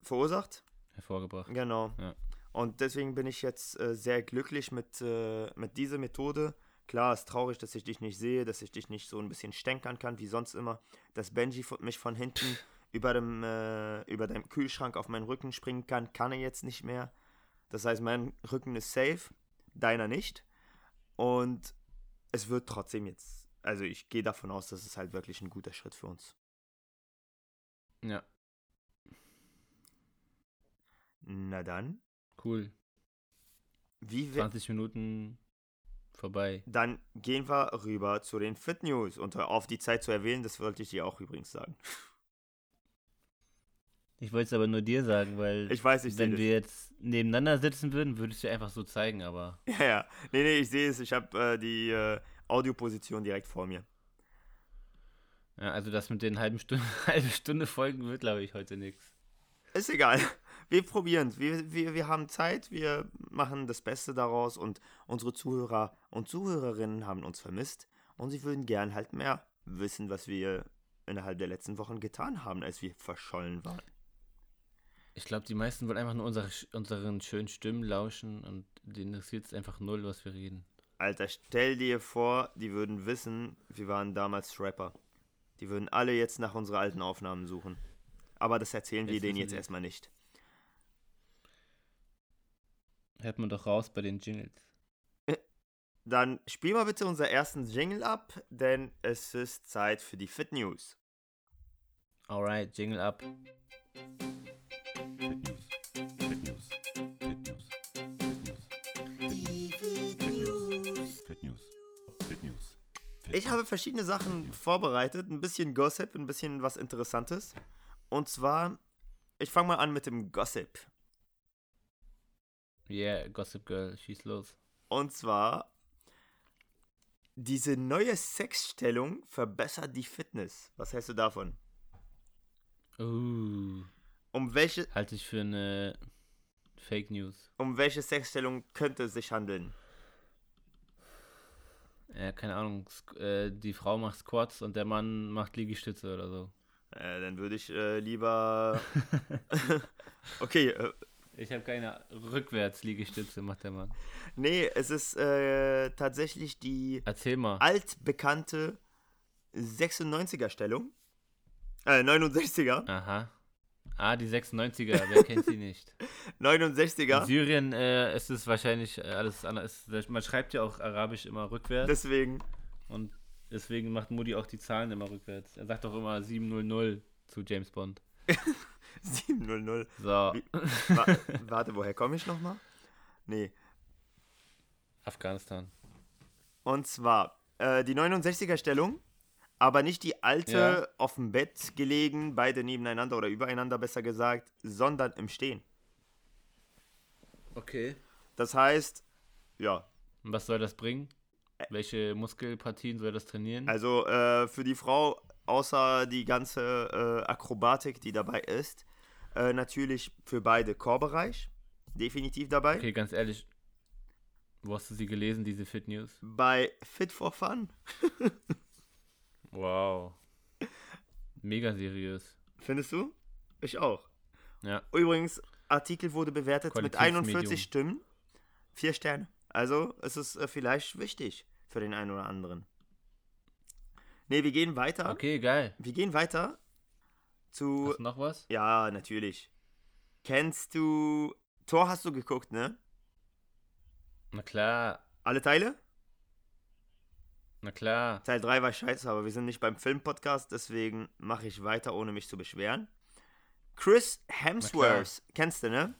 [SPEAKER 1] verursacht.
[SPEAKER 2] hervorgebracht.
[SPEAKER 1] Genau.
[SPEAKER 2] Ja.
[SPEAKER 1] Und deswegen bin ich jetzt äh, sehr glücklich mit, äh, mit dieser Methode. Klar, ist traurig, dass ich dich nicht sehe, dass ich dich nicht so ein bisschen stänkern kann, wie sonst immer, dass Benji von, mich von hinten über dem, äh, über dem Kühlschrank auf meinen Rücken springen kann, kann er jetzt nicht mehr. Das heißt, mein Rücken ist safe, deiner nicht. Und es wird trotzdem jetzt also ich gehe davon aus, das ist halt wirklich ein guter Schritt für uns.
[SPEAKER 2] Ja,
[SPEAKER 1] Na dann,
[SPEAKER 2] cool.
[SPEAKER 1] wie wir,
[SPEAKER 2] 20 Minuten vorbei.
[SPEAKER 1] dann gehen wir rüber zu den Fit News und hör auf die Zeit zu erwähnen, das wollte ich dir auch übrigens sagen.
[SPEAKER 2] Ich wollte es aber nur dir sagen, weil
[SPEAKER 1] Ich weiß, ich sehe
[SPEAKER 2] Hm, wenn
[SPEAKER 1] das.
[SPEAKER 2] wir jetzt nebeneinander sitzen würden, würde ich es dir einfach so zeigen, aber
[SPEAKER 1] [LAUGHS] Ja, ja. Nee, nee, ich sehe es, ich habe äh, die äh, Audioposition direkt vor mir.
[SPEAKER 2] ja, also das mit den halben Stunde, [LAUGHS] halbe Stunde Folgen wird, glaube ich, heute nichts.
[SPEAKER 1] Ist egal. [LAUGHS] Wir probieren es. Wir, wir, wir haben Zeit, wir machen das Beste daraus und unsere Zuhörer und Zuhörerinnen haben uns vermisst und sie würden gern halt mehr wissen, was wir innerhalb der letzten Wochen getan haben, als wir verschollen waren.
[SPEAKER 2] Ich glaube, die meisten wollen einfach nur unsere, unseren schönen Stimmen lauschen und denen interessiert es einfach null, was wir reden.
[SPEAKER 1] Alter, stell dir vor, die würden wissen, wir waren damals Rapper. Die würden alle jetzt nach unseren alten Aufnahmen suchen. Aber das erzählen wir
[SPEAKER 2] Jetzt
[SPEAKER 1] denen
[SPEAKER 2] wissen
[SPEAKER 1] jetzt
[SPEAKER 2] sie.
[SPEAKER 1] erstmal nicht.
[SPEAKER 2] Hört man doch raus bei den Jingles.
[SPEAKER 1] Dann spiel mal bitte unseren ersten Jingle ab, denn es ist Zeit für die Fit News.
[SPEAKER 2] Alright, Jingle ab.
[SPEAKER 1] Ich habe verschiedene Sachen vorbereitet, ein bisschen Gossip, ein bisschen was Interessantes. Und zwar, ich fange mal an mit dem Gossip.
[SPEAKER 2] Yeah, Gossip Girl, schieß los.
[SPEAKER 1] Und zwar, diese neue Sexstellung verbessert die Fitness. Was hältst du davon?
[SPEAKER 2] Uh,
[SPEAKER 1] Um welche,
[SPEAKER 2] halte ich für eine Fake News.
[SPEAKER 1] um welche Sexstellung könnte es sich handeln?
[SPEAKER 2] Ja, keine Ahnung, Sk- äh, die Frau macht Squats und der Mann macht Liegestütze oder so.
[SPEAKER 1] Äh, dann würde ich äh, lieber. okay, äh,
[SPEAKER 2] Ich habe keine rückwärts Liegestütze, macht der Mann.
[SPEAKER 1] nee, es ist äh, tatsächlich die
[SPEAKER 2] Erzähl mal.
[SPEAKER 1] altbekannte 96er-Stellung. Äh, 69er.
[SPEAKER 2] Aha. Ah, die 96er, wer kennt sie nicht? In
[SPEAKER 1] 69er.
[SPEAKER 2] Syrien äh, ist es wahrscheinlich äh, alles anders. Man schreibt ja auch Arabisch immer rückwärts
[SPEAKER 1] Deswegen.
[SPEAKER 2] und deswegen macht Moody auch die Zahlen immer rückwärts. Er sagt doch immer 700 zu James Bond.
[SPEAKER 1] 700.
[SPEAKER 2] So,
[SPEAKER 1] Wie- Wa warte, woher komme ich nochmal? Nee.
[SPEAKER 2] Afghanistan.
[SPEAKER 1] Und zwar äh, die 69er-Stellung, aber nicht die alte, auf dem Bett gelegen, beide nebeneinander oder übereinander besser gesagt, sondern im Stehen.
[SPEAKER 2] Okay.
[SPEAKER 1] Das heißt, ja,
[SPEAKER 2] Und was soll das bringen? Welche Muskelpartien soll das trainieren?
[SPEAKER 1] also äh, für die Frau, außer die ganze äh, Akrobatik, die dabei ist, äh, natürlich für beide Chorbereich, definitiv dabei.
[SPEAKER 2] Okay, ganz ehrlich, wo hast du sie gelesen, diese Fit News?
[SPEAKER 1] Bei Fit for Fun
[SPEAKER 2] Wow. Mega seriös.
[SPEAKER 1] Findest du? Ich auch.
[SPEAKER 2] Ja.
[SPEAKER 1] Übrigens, Artikel wurde bewertet mit
[SPEAKER 2] Qualitätsmedium.
[SPEAKER 1] 41 Stimmen. Vier Sterne. Also es ist äh, vielleicht wichtig für den einen oder anderen. Nee, wir gehen weiter.
[SPEAKER 2] Okay, geil.
[SPEAKER 1] Wir gehen weiter zu.
[SPEAKER 2] Hast du noch was?
[SPEAKER 1] Ja, natürlich. Kennst du. Tor hast du geguckt, ne?
[SPEAKER 2] Na klar,
[SPEAKER 1] Alle Teile?
[SPEAKER 2] na klar.
[SPEAKER 1] Teil 3 war scheiße, aber wir sind nicht beim Filmpodcast, deswegen mache ich weiter, ohne mich zu beschweren. Chris Hemsworth, kennst du, ne?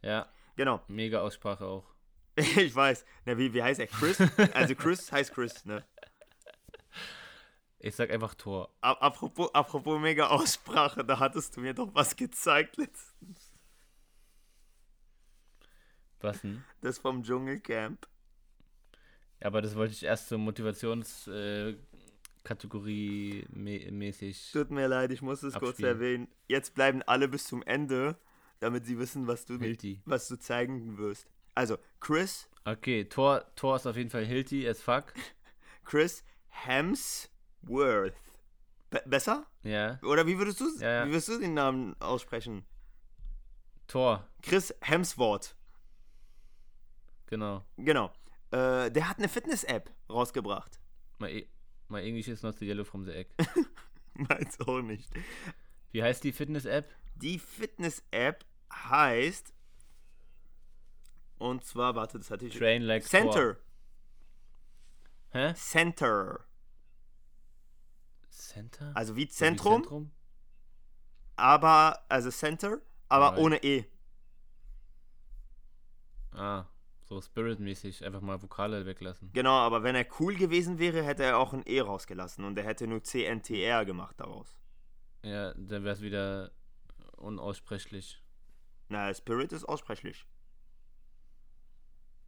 [SPEAKER 2] Ja,
[SPEAKER 1] Genau.
[SPEAKER 2] mega Aussprache auch.
[SPEAKER 1] [LAUGHS] Ich weiß. Na, wie, wie heißt er? Chris? Also Chris heißt Chris, ne?
[SPEAKER 2] Ich sag einfach Tor.
[SPEAKER 1] A apropos, apropos mega Aussprache, da hattest du mir doch was gezeigt letztens.
[SPEAKER 2] Was denn?
[SPEAKER 1] Das vom Dschungelcamp.
[SPEAKER 2] Aber das wollte ich erst so Motivationskategorie äh, Kategorie mä mäßig.
[SPEAKER 1] Tut mir leid, ich muss es kurz
[SPEAKER 2] Abspielen.
[SPEAKER 1] erwähnen. Jetzt bleiben alle bis zum Ende, damit sie wissen, was du,
[SPEAKER 2] Hilti.
[SPEAKER 1] was du zeigen wirst. Also, Chris,
[SPEAKER 2] Okay, Tor, Tor ist auf jeden Fall Hilti as fuck.
[SPEAKER 1] Chris Hemsworth. Be besser?
[SPEAKER 2] Ja.
[SPEAKER 1] Oder wie würdest, du,
[SPEAKER 2] Ja, ja.
[SPEAKER 1] wie würdest du den Namen aussprechen?
[SPEAKER 2] Tor,
[SPEAKER 1] Chris Hemsworth.
[SPEAKER 2] genau.
[SPEAKER 1] Genau. Äh, der hat eine Fitness-App rausgebracht.
[SPEAKER 2] My, E- my English is not the yellow from the egg.
[SPEAKER 1] [LAUGHS] Meins auch nicht.
[SPEAKER 2] Wie heißt die Fitness-App?
[SPEAKER 1] Die Fitness-App heißt. Und zwar, warte, das hatte ich.
[SPEAKER 2] Train like Tor.
[SPEAKER 1] Center.
[SPEAKER 2] Hä?
[SPEAKER 1] Center.
[SPEAKER 2] Center?
[SPEAKER 1] Also wie
[SPEAKER 2] So wie
[SPEAKER 1] Zentrum, aber, also Center, aber
[SPEAKER 2] Alright.
[SPEAKER 1] ohne E.
[SPEAKER 2] Ah, so Spirit-mäßig einfach mal Vokale weglassen.
[SPEAKER 1] Genau, aber wenn er cool gewesen wäre, hätte er auch ein E rausgelassen und er hätte nur CNTR gemacht daraus.
[SPEAKER 2] Ja, dann wäre es wieder unaussprechlich.
[SPEAKER 1] Na, Spirit ist aussprechlich.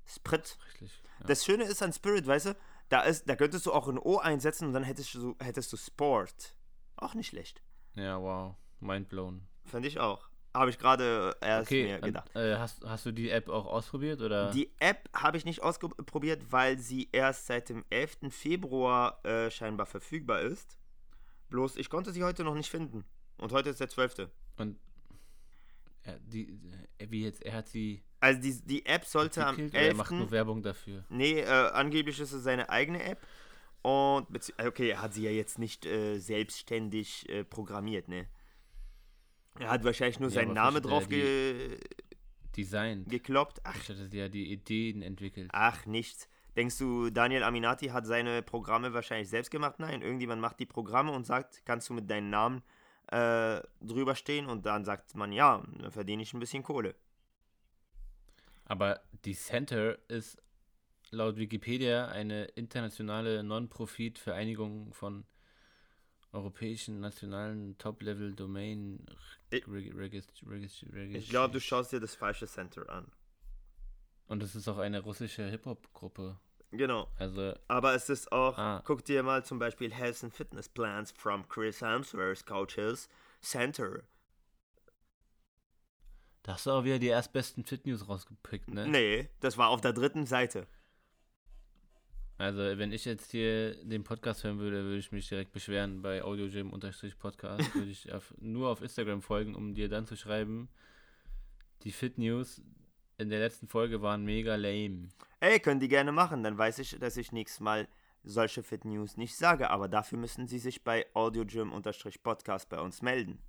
[SPEAKER 1] Sprit.
[SPEAKER 2] Richtig. Ja.
[SPEAKER 1] Das Schöne ist an Spirit, weißt du, da, ist, da könntest du auch ein O einsetzen und dann hättest du, so- hättest du Sport. Auch nicht schlecht.
[SPEAKER 2] ja, wow. Mindblown.
[SPEAKER 1] Fand ich auch. Habe ich gerade äh, erst
[SPEAKER 2] Okay, äh,
[SPEAKER 1] mir
[SPEAKER 2] an-
[SPEAKER 1] gedacht.
[SPEAKER 2] äh, hast, hast du die App auch ausprobiert oder?
[SPEAKER 1] Die App habe ich nicht ausprobiert, weil sie erst seit dem 11. Februar äh, scheinbar verfügbar ist. Bloß ich konnte sie heute noch nicht finden. Und heute ist der 12.
[SPEAKER 2] Und ja, die, äh, wie jetzt, er hat sie
[SPEAKER 1] Also die, die App sollte am
[SPEAKER 2] gekillt oder er macht
[SPEAKER 1] 11.
[SPEAKER 2] nur Werbung dafür.
[SPEAKER 1] Nee, äh, angeblich ist es seine eigene App. Und, bezieh- äh, okay, er hat sie ja jetzt nicht äh, selbstständig äh, programmiert, ne? Er hat wahrscheinlich nur
[SPEAKER 2] Ja,
[SPEAKER 1] seinen
[SPEAKER 2] aber
[SPEAKER 1] Namen
[SPEAKER 2] vielleicht
[SPEAKER 1] drauf
[SPEAKER 2] hat er
[SPEAKER 1] ge
[SPEAKER 2] Designt.
[SPEAKER 1] gekloppt. Ach,
[SPEAKER 2] Ich hatte sie ja die Ideen entwickelt.
[SPEAKER 1] ach, nichts. Denkst du, Daniel Aminati hat seine Programme wahrscheinlich selbst gemacht? Nein, irgendjemand macht die Programme und sagt, kannst du mit deinem Namen äh, drüber stehen? Und dann sagt man, ja, dann verdiene ich ein bisschen Kohle.
[SPEAKER 2] Aber die Center ist laut Wikipedia eine internationale Non-Profit-Vereinigung von europäischen, nationalen, Top-Level-Domain
[SPEAKER 1] Ich- Ich glaube, du
[SPEAKER 2] Registry.
[SPEAKER 1] schaust dir das falsche Center an.
[SPEAKER 2] Und es ist auch eine russische Hip-Hop-Gruppe.
[SPEAKER 1] Genau.
[SPEAKER 2] Also,
[SPEAKER 1] Aber es ist auch,
[SPEAKER 2] Ah.
[SPEAKER 1] guck dir mal zum Beispiel Health and Fitness Plans from Chris Hemsworth Coaches Center.
[SPEAKER 2] da hast du auch wieder die erstbesten Fit-News rausgepickt, ne?
[SPEAKER 1] Nee, das war auf der dritten Seite.
[SPEAKER 2] Also, wenn ich jetzt hier den Podcast hören würde, würde ich mich direkt beschweren bei audiogym-podcast. würde ich auf, nur auf Instagram folgen, um dir dann zu schreiben, die Fit News in der letzten Folge waren mega lame.
[SPEAKER 1] Ey, können die gerne machen, dann weiß ich, dass ich nächstes Mal solche Fit News nicht sage, aber dafür müssen sie sich bei audiogym-podcast bei uns melden.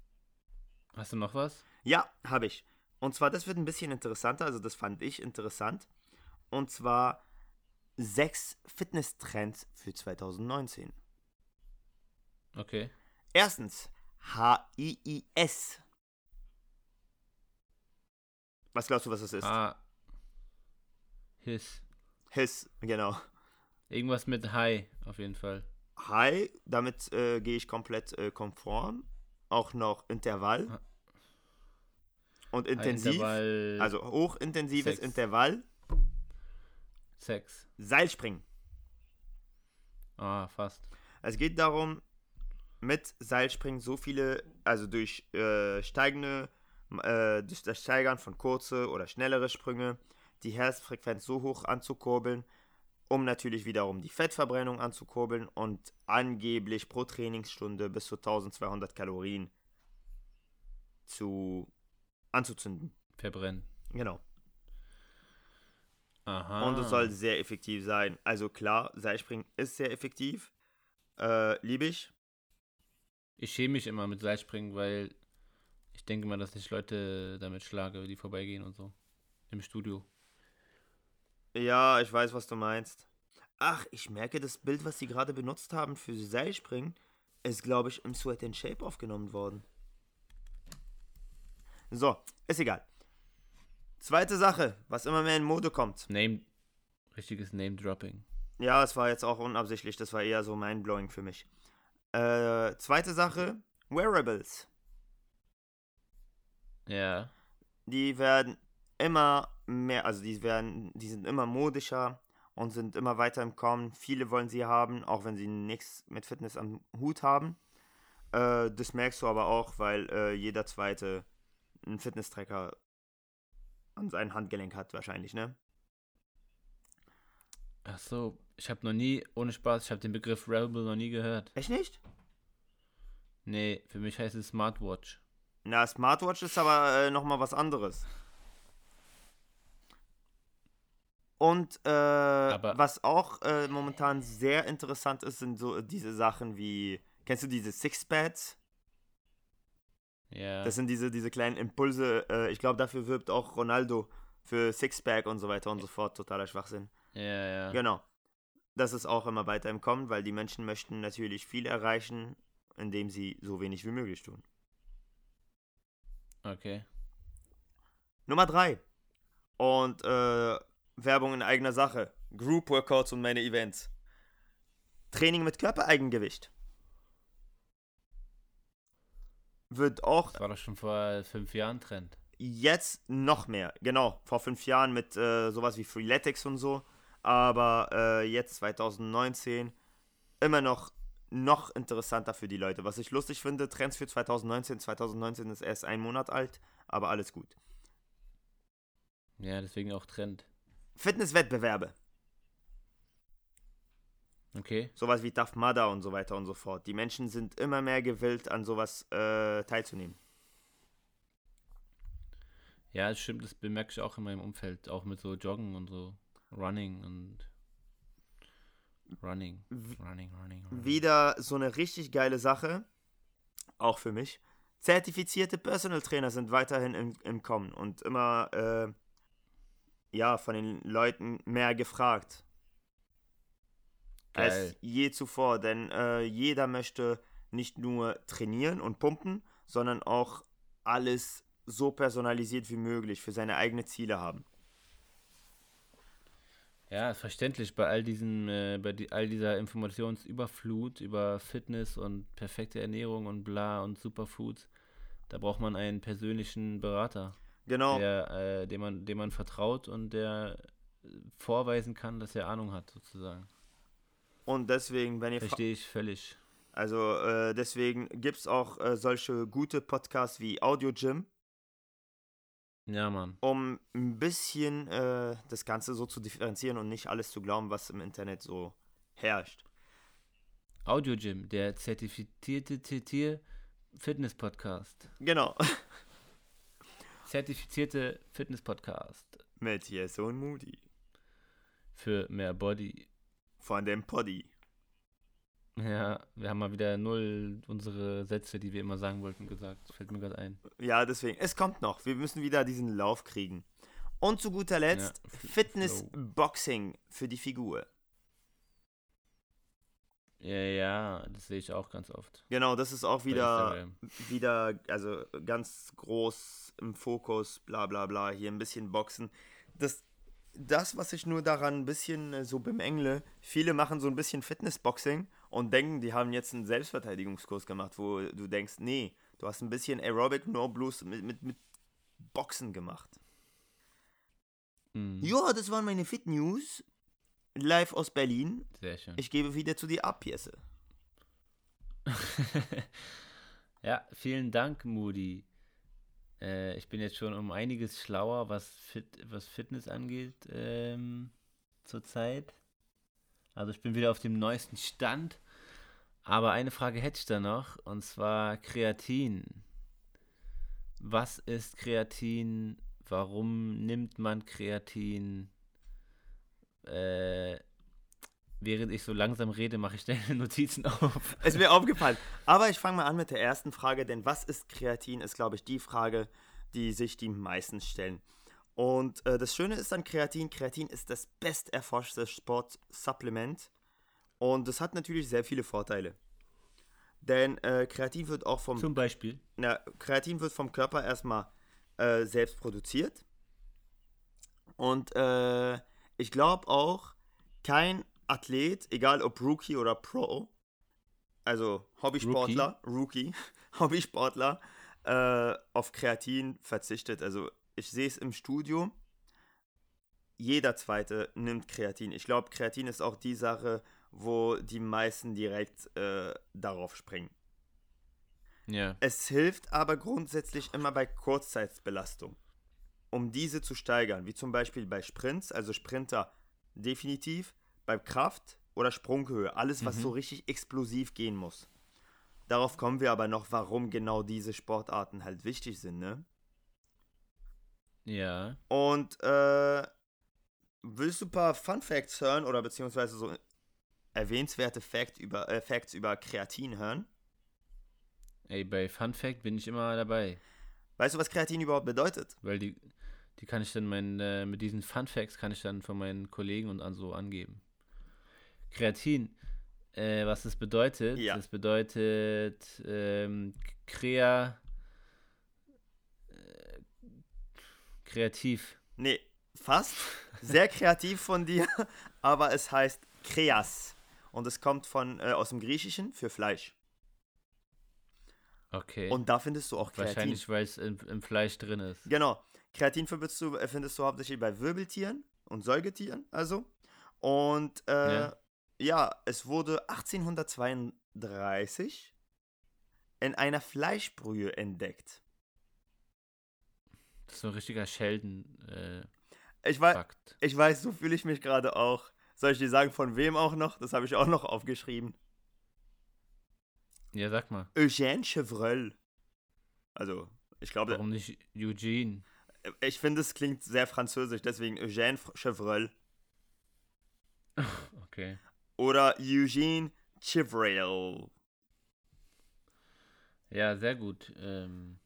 [SPEAKER 2] Hast du noch was?
[SPEAKER 1] Ja, habe ich. Und zwar, das wird ein bisschen interessanter, also das fand ich interessant. Und zwar sechs Fitness-Trends für 2019.
[SPEAKER 2] Okay.
[SPEAKER 1] Erstens, HIIS. Was glaubst du, was das ist?
[SPEAKER 2] Ah. His.
[SPEAKER 1] HIS, genau.
[SPEAKER 2] Irgendwas mit High, auf jeden Fall.
[SPEAKER 1] High, damit äh, gehe ich komplett äh, konform. Auch noch Intervall. Und intensiv,
[SPEAKER 2] Intervall,
[SPEAKER 1] also hochintensives
[SPEAKER 2] Sex.
[SPEAKER 1] Intervall.
[SPEAKER 2] Sex.
[SPEAKER 1] Seilspringen.
[SPEAKER 2] Ah, fast.
[SPEAKER 1] Es geht darum, mit Seilspringen so viele, also durch äh, steigende, äh, durch das Steigern von kurze oder schnellere Sprünge, die Herzfrequenz so hoch anzukurbeln, um natürlich wiederum die Fettverbrennung anzukurbeln und angeblich pro Trainingsstunde bis zu 1200 Kalorien zu anzuzünden.
[SPEAKER 2] Verbrennen.
[SPEAKER 1] Genau.
[SPEAKER 2] Aha.
[SPEAKER 1] Und es soll sehr effektiv sein. Also klar, Seilspringen ist sehr effektiv. Äh, liebe ich.
[SPEAKER 2] Ich schäme mich immer mit Seilspringen, weil ich denke mal, dass ich Leute damit schlage, die vorbeigehen und so. Im Studio.
[SPEAKER 1] Ja, ich weiß, was du meinst. Ach, ich merke, das Bild, was sie gerade benutzt haben für Seilspringen, ist, glaube ich, im Sweat and Shape aufgenommen worden. So, ist egal. Zweite Sache, was immer mehr in Mode kommt.
[SPEAKER 2] Name. Richtiges Name-Dropping.
[SPEAKER 1] Ja, es war jetzt auch unabsichtlich, das war eher so mindblowing für mich. Äh, zweite Sache, Wearables.
[SPEAKER 2] Ja.
[SPEAKER 1] die werden immer mehr, also die werden, die sind immer modischer und sind immer weiter im Kommen. Viele wollen sie haben, auch wenn sie nichts mit Fitness am Hut haben. Äh, das merkst du aber auch, weil äh, jeder zweite einen Fitness-Tracker an seinem Handgelenk hat wahrscheinlich, ne?
[SPEAKER 2] Ach so, ich habe noch nie, ohne Spaß, ich habe den Begriff Wearable noch nie gehört.
[SPEAKER 1] Echt nicht?
[SPEAKER 2] Nee, für mich heißt es Smartwatch.
[SPEAKER 1] Na, Smartwatch ist aber äh, nochmal was anderes. Und äh, was auch äh, momentan sehr interessant ist, sind so diese Sachen wie, kennst du diese Sixpads?
[SPEAKER 2] Ja.
[SPEAKER 1] Das sind diese, diese kleinen Impulse. Äh, ich glaube, dafür wirbt auch Ronaldo für Sixpack und so weiter und so fort. Totaler Schwachsinn.
[SPEAKER 2] ja, ja.
[SPEAKER 1] Genau. das ist auch immer weiter im Kommen, weil die Menschen möchten natürlich viel erreichen, indem sie so wenig wie möglich tun.
[SPEAKER 2] Okay.
[SPEAKER 1] Nummer drei Und äh, Werbung in eigener Sache. Group Workouts und meine Events. Training mit Körpereigengewicht. Wird auch
[SPEAKER 2] Das war doch schon vor fünf Jahren Trend.
[SPEAKER 1] jetzt noch mehr. Genau, vor fünf Jahren mit äh, sowas wie Freeletics und so. Aber äh, jetzt 2019 immer noch, noch interessanter für die Leute. Was ich lustig finde, Trends für 2019. 2019 ist erst ein Monat alt, aber alles gut.
[SPEAKER 2] Ja, deswegen auch Trend.
[SPEAKER 1] Fitnesswettbewerbe.
[SPEAKER 2] Okay.
[SPEAKER 1] Sowas wie Duff Mudder und so weiter und so fort. Die Menschen sind immer mehr gewillt, an sowas äh, teilzunehmen.
[SPEAKER 2] Ja, das stimmt, das bemerke ich auch in meinem Umfeld. Auch mit so Joggen und so. Running und. Running. Running, running, running.
[SPEAKER 1] Wieder so eine richtig geile Sache, auch für mich. Zertifizierte Personal Trainer sind weiterhin im, im Kommen und immer äh, ja, von den Leuten mehr gefragt als
[SPEAKER 2] Geil.
[SPEAKER 1] je zuvor. Denn äh, jeder möchte nicht nur trainieren und pumpen, sondern auch alles so personalisiert wie möglich für seine eigenen Ziele haben.
[SPEAKER 2] Ja, ist verständlich. Bei all diesen, äh, bei die, all dieser Informationsüberflut über Fitness und perfekte Ernährung und bla und Superfoods, da braucht man einen persönlichen Berater,
[SPEAKER 1] Genau.
[SPEAKER 2] der, äh, dem man, dem man vertraut und der äh, vorweisen kann, dass er Ahnung hat, sozusagen.
[SPEAKER 1] Und deswegen, wenn ihr Fra-
[SPEAKER 2] Verstehe ich völlig.
[SPEAKER 1] Also äh, deswegen gibt es auch äh, solche gute Podcasts wie Audio Gym,
[SPEAKER 2] Ja, Mann.
[SPEAKER 1] um ein bisschen äh, das Ganze so zu differenzieren und nicht alles zu glauben, was im Internet so herrscht.
[SPEAKER 2] Audio Gym, der zertifizierte Tier Fitness Podcast.
[SPEAKER 1] Genau. [LAUGHS]
[SPEAKER 2] Zertifizierte Fitness Podcast
[SPEAKER 1] Mit Jesse und Moody
[SPEAKER 2] für mehr Body.
[SPEAKER 1] von dem Poddy.
[SPEAKER 2] Ja, wir haben mal wieder null unsere Sätze, die wir immer sagen wollten, gesagt. Fällt mir gerade ein.
[SPEAKER 1] Ja, deswegen. Es kommt noch. Wir müssen wieder diesen Lauf kriegen. Und zu guter Letzt
[SPEAKER 2] Ja, F-
[SPEAKER 1] Fitness
[SPEAKER 2] Flow.
[SPEAKER 1] Boxing für die Figur.
[SPEAKER 2] Ja, ja, das sehe ich auch ganz oft.
[SPEAKER 1] Genau, das ist auch
[SPEAKER 2] bei
[SPEAKER 1] wieder
[SPEAKER 2] Instagram.
[SPEAKER 1] wieder, also ganz groß im Fokus, bla bla bla, hier ein bisschen boxen. Das, das was ich nur daran ein bisschen äh, so bemängle, viele machen so ein bisschen Fitnessboxing und denken, die haben jetzt einen Selbstverteidigungskurs gemacht, wo du denkst, nee, du hast ein bisschen Aerobic No Blues mit, mit, mit Boxen gemacht.
[SPEAKER 2] Mhm,
[SPEAKER 1] Ja, das waren meine Fit News. Live aus Berlin.
[SPEAKER 2] Sehr schön.
[SPEAKER 1] Ich gebe wieder zu dir ab, Jesse.
[SPEAKER 2] ja, vielen Dank, Moody. Äh, ich bin jetzt schon um einiges schlauer, was, Fit, was Fitness angeht, ähm, zurzeit. Also ich bin wieder auf dem neuesten Stand. Aber eine Frage hätte ich da noch, und zwar Kreatin. Was ist Kreatin? Warum nimmt man Kreatin? Äh, während ich so langsam rede, mache ich [LAUGHS] deine Notizen auf.
[SPEAKER 1] Ist mir aufgefallen. Aber ich fange mal an mit der ersten Frage, denn was ist Kreatin, ist, glaube ich, die Frage, die sich die meisten stellen. Und äh, das Schöne ist an Kreatin, Kreatin ist das best erforschte Sportsupplement und es hat natürlich sehr viele Vorteile. Denn äh, Kreatin wird auch vom
[SPEAKER 2] Zum Beispiel.
[SPEAKER 1] na, Kreatin wird vom Körper erstmal äh, selbst produziert. Und äh, ich glaube auch, kein Athlet, egal ob Rookie oder Pro, also Hobbysportler, Rookie, [LAUGHS] Hobbysportler, äh, auf Kreatin verzichtet. Also ich sehe es im Studio, jeder zweite nimmt Kreatin. Ich glaube, Kreatin ist auch die Sache, wo die meisten direkt äh, darauf springen.
[SPEAKER 2] Ja.
[SPEAKER 1] Es hilft aber grundsätzlich immer bei Kurzzeitbelastung, um diese zu steigern, wie zum Beispiel bei Sprints, also Sprinter definitiv, bei Kraft oder Sprunghöhe, alles was so richtig explosiv gehen muss. Darauf kommen wir aber noch, warum genau diese Sportarten halt wichtig sind, ne?
[SPEAKER 2] Ja.
[SPEAKER 1] Und äh, willst du ein paar Fun Facts hören oder beziehungsweise so erwähnenswerte Fact über, äh, Facts über Kreatin hören?
[SPEAKER 2] Ey, bei Fun Fact bin ich immer dabei,
[SPEAKER 1] Weißt du, was Kreatin überhaupt bedeutet?
[SPEAKER 2] weil die, die kann ich dann meinen, äh, mit diesen Fun Facts kann ich dann von meinen Kollegen und an so angeben. Kreatin. Äh, was das bedeutet?
[SPEAKER 1] Ja.
[SPEAKER 2] Das bedeutet ähm, Krea. äh, Kreativ.
[SPEAKER 1] Nee, fast. Sehr kreativ von dir, [LAUGHS] aber es heißt Kreas. Und es kommt von, äh, aus dem Griechischen für Fleisch.
[SPEAKER 2] Okay.
[SPEAKER 1] Und da findest du auch Kreatin.
[SPEAKER 2] Wahrscheinlich, weil es im, im Fleisch drin ist.
[SPEAKER 1] Genau. Kreatin findest du, äh, findest du hauptsächlich bei Wirbeltieren und Säugetieren, also. Und äh, ja.
[SPEAKER 2] Ja.
[SPEAKER 1] es wurde 1832 in einer Fleischbrühe entdeckt.
[SPEAKER 2] Das ist so ein richtiger äh, Sheldon-Fakt.
[SPEAKER 1] Ich weiß, ich weiß, so fühle ich mich gerade auch. Soll ich dir sagen, von wem auch noch? Das habe ich auch noch aufgeschrieben.
[SPEAKER 2] ja, sag mal.
[SPEAKER 1] Eugène Chevreul. Also, ich glaube, äh,
[SPEAKER 2] Warum nicht Eugene?
[SPEAKER 1] ich finde, es klingt sehr französisch, deswegen Eugène Chevreul.
[SPEAKER 2] Okay.
[SPEAKER 1] Oder Eugene Chevreul.
[SPEAKER 2] Ja, sehr gut. Ähm,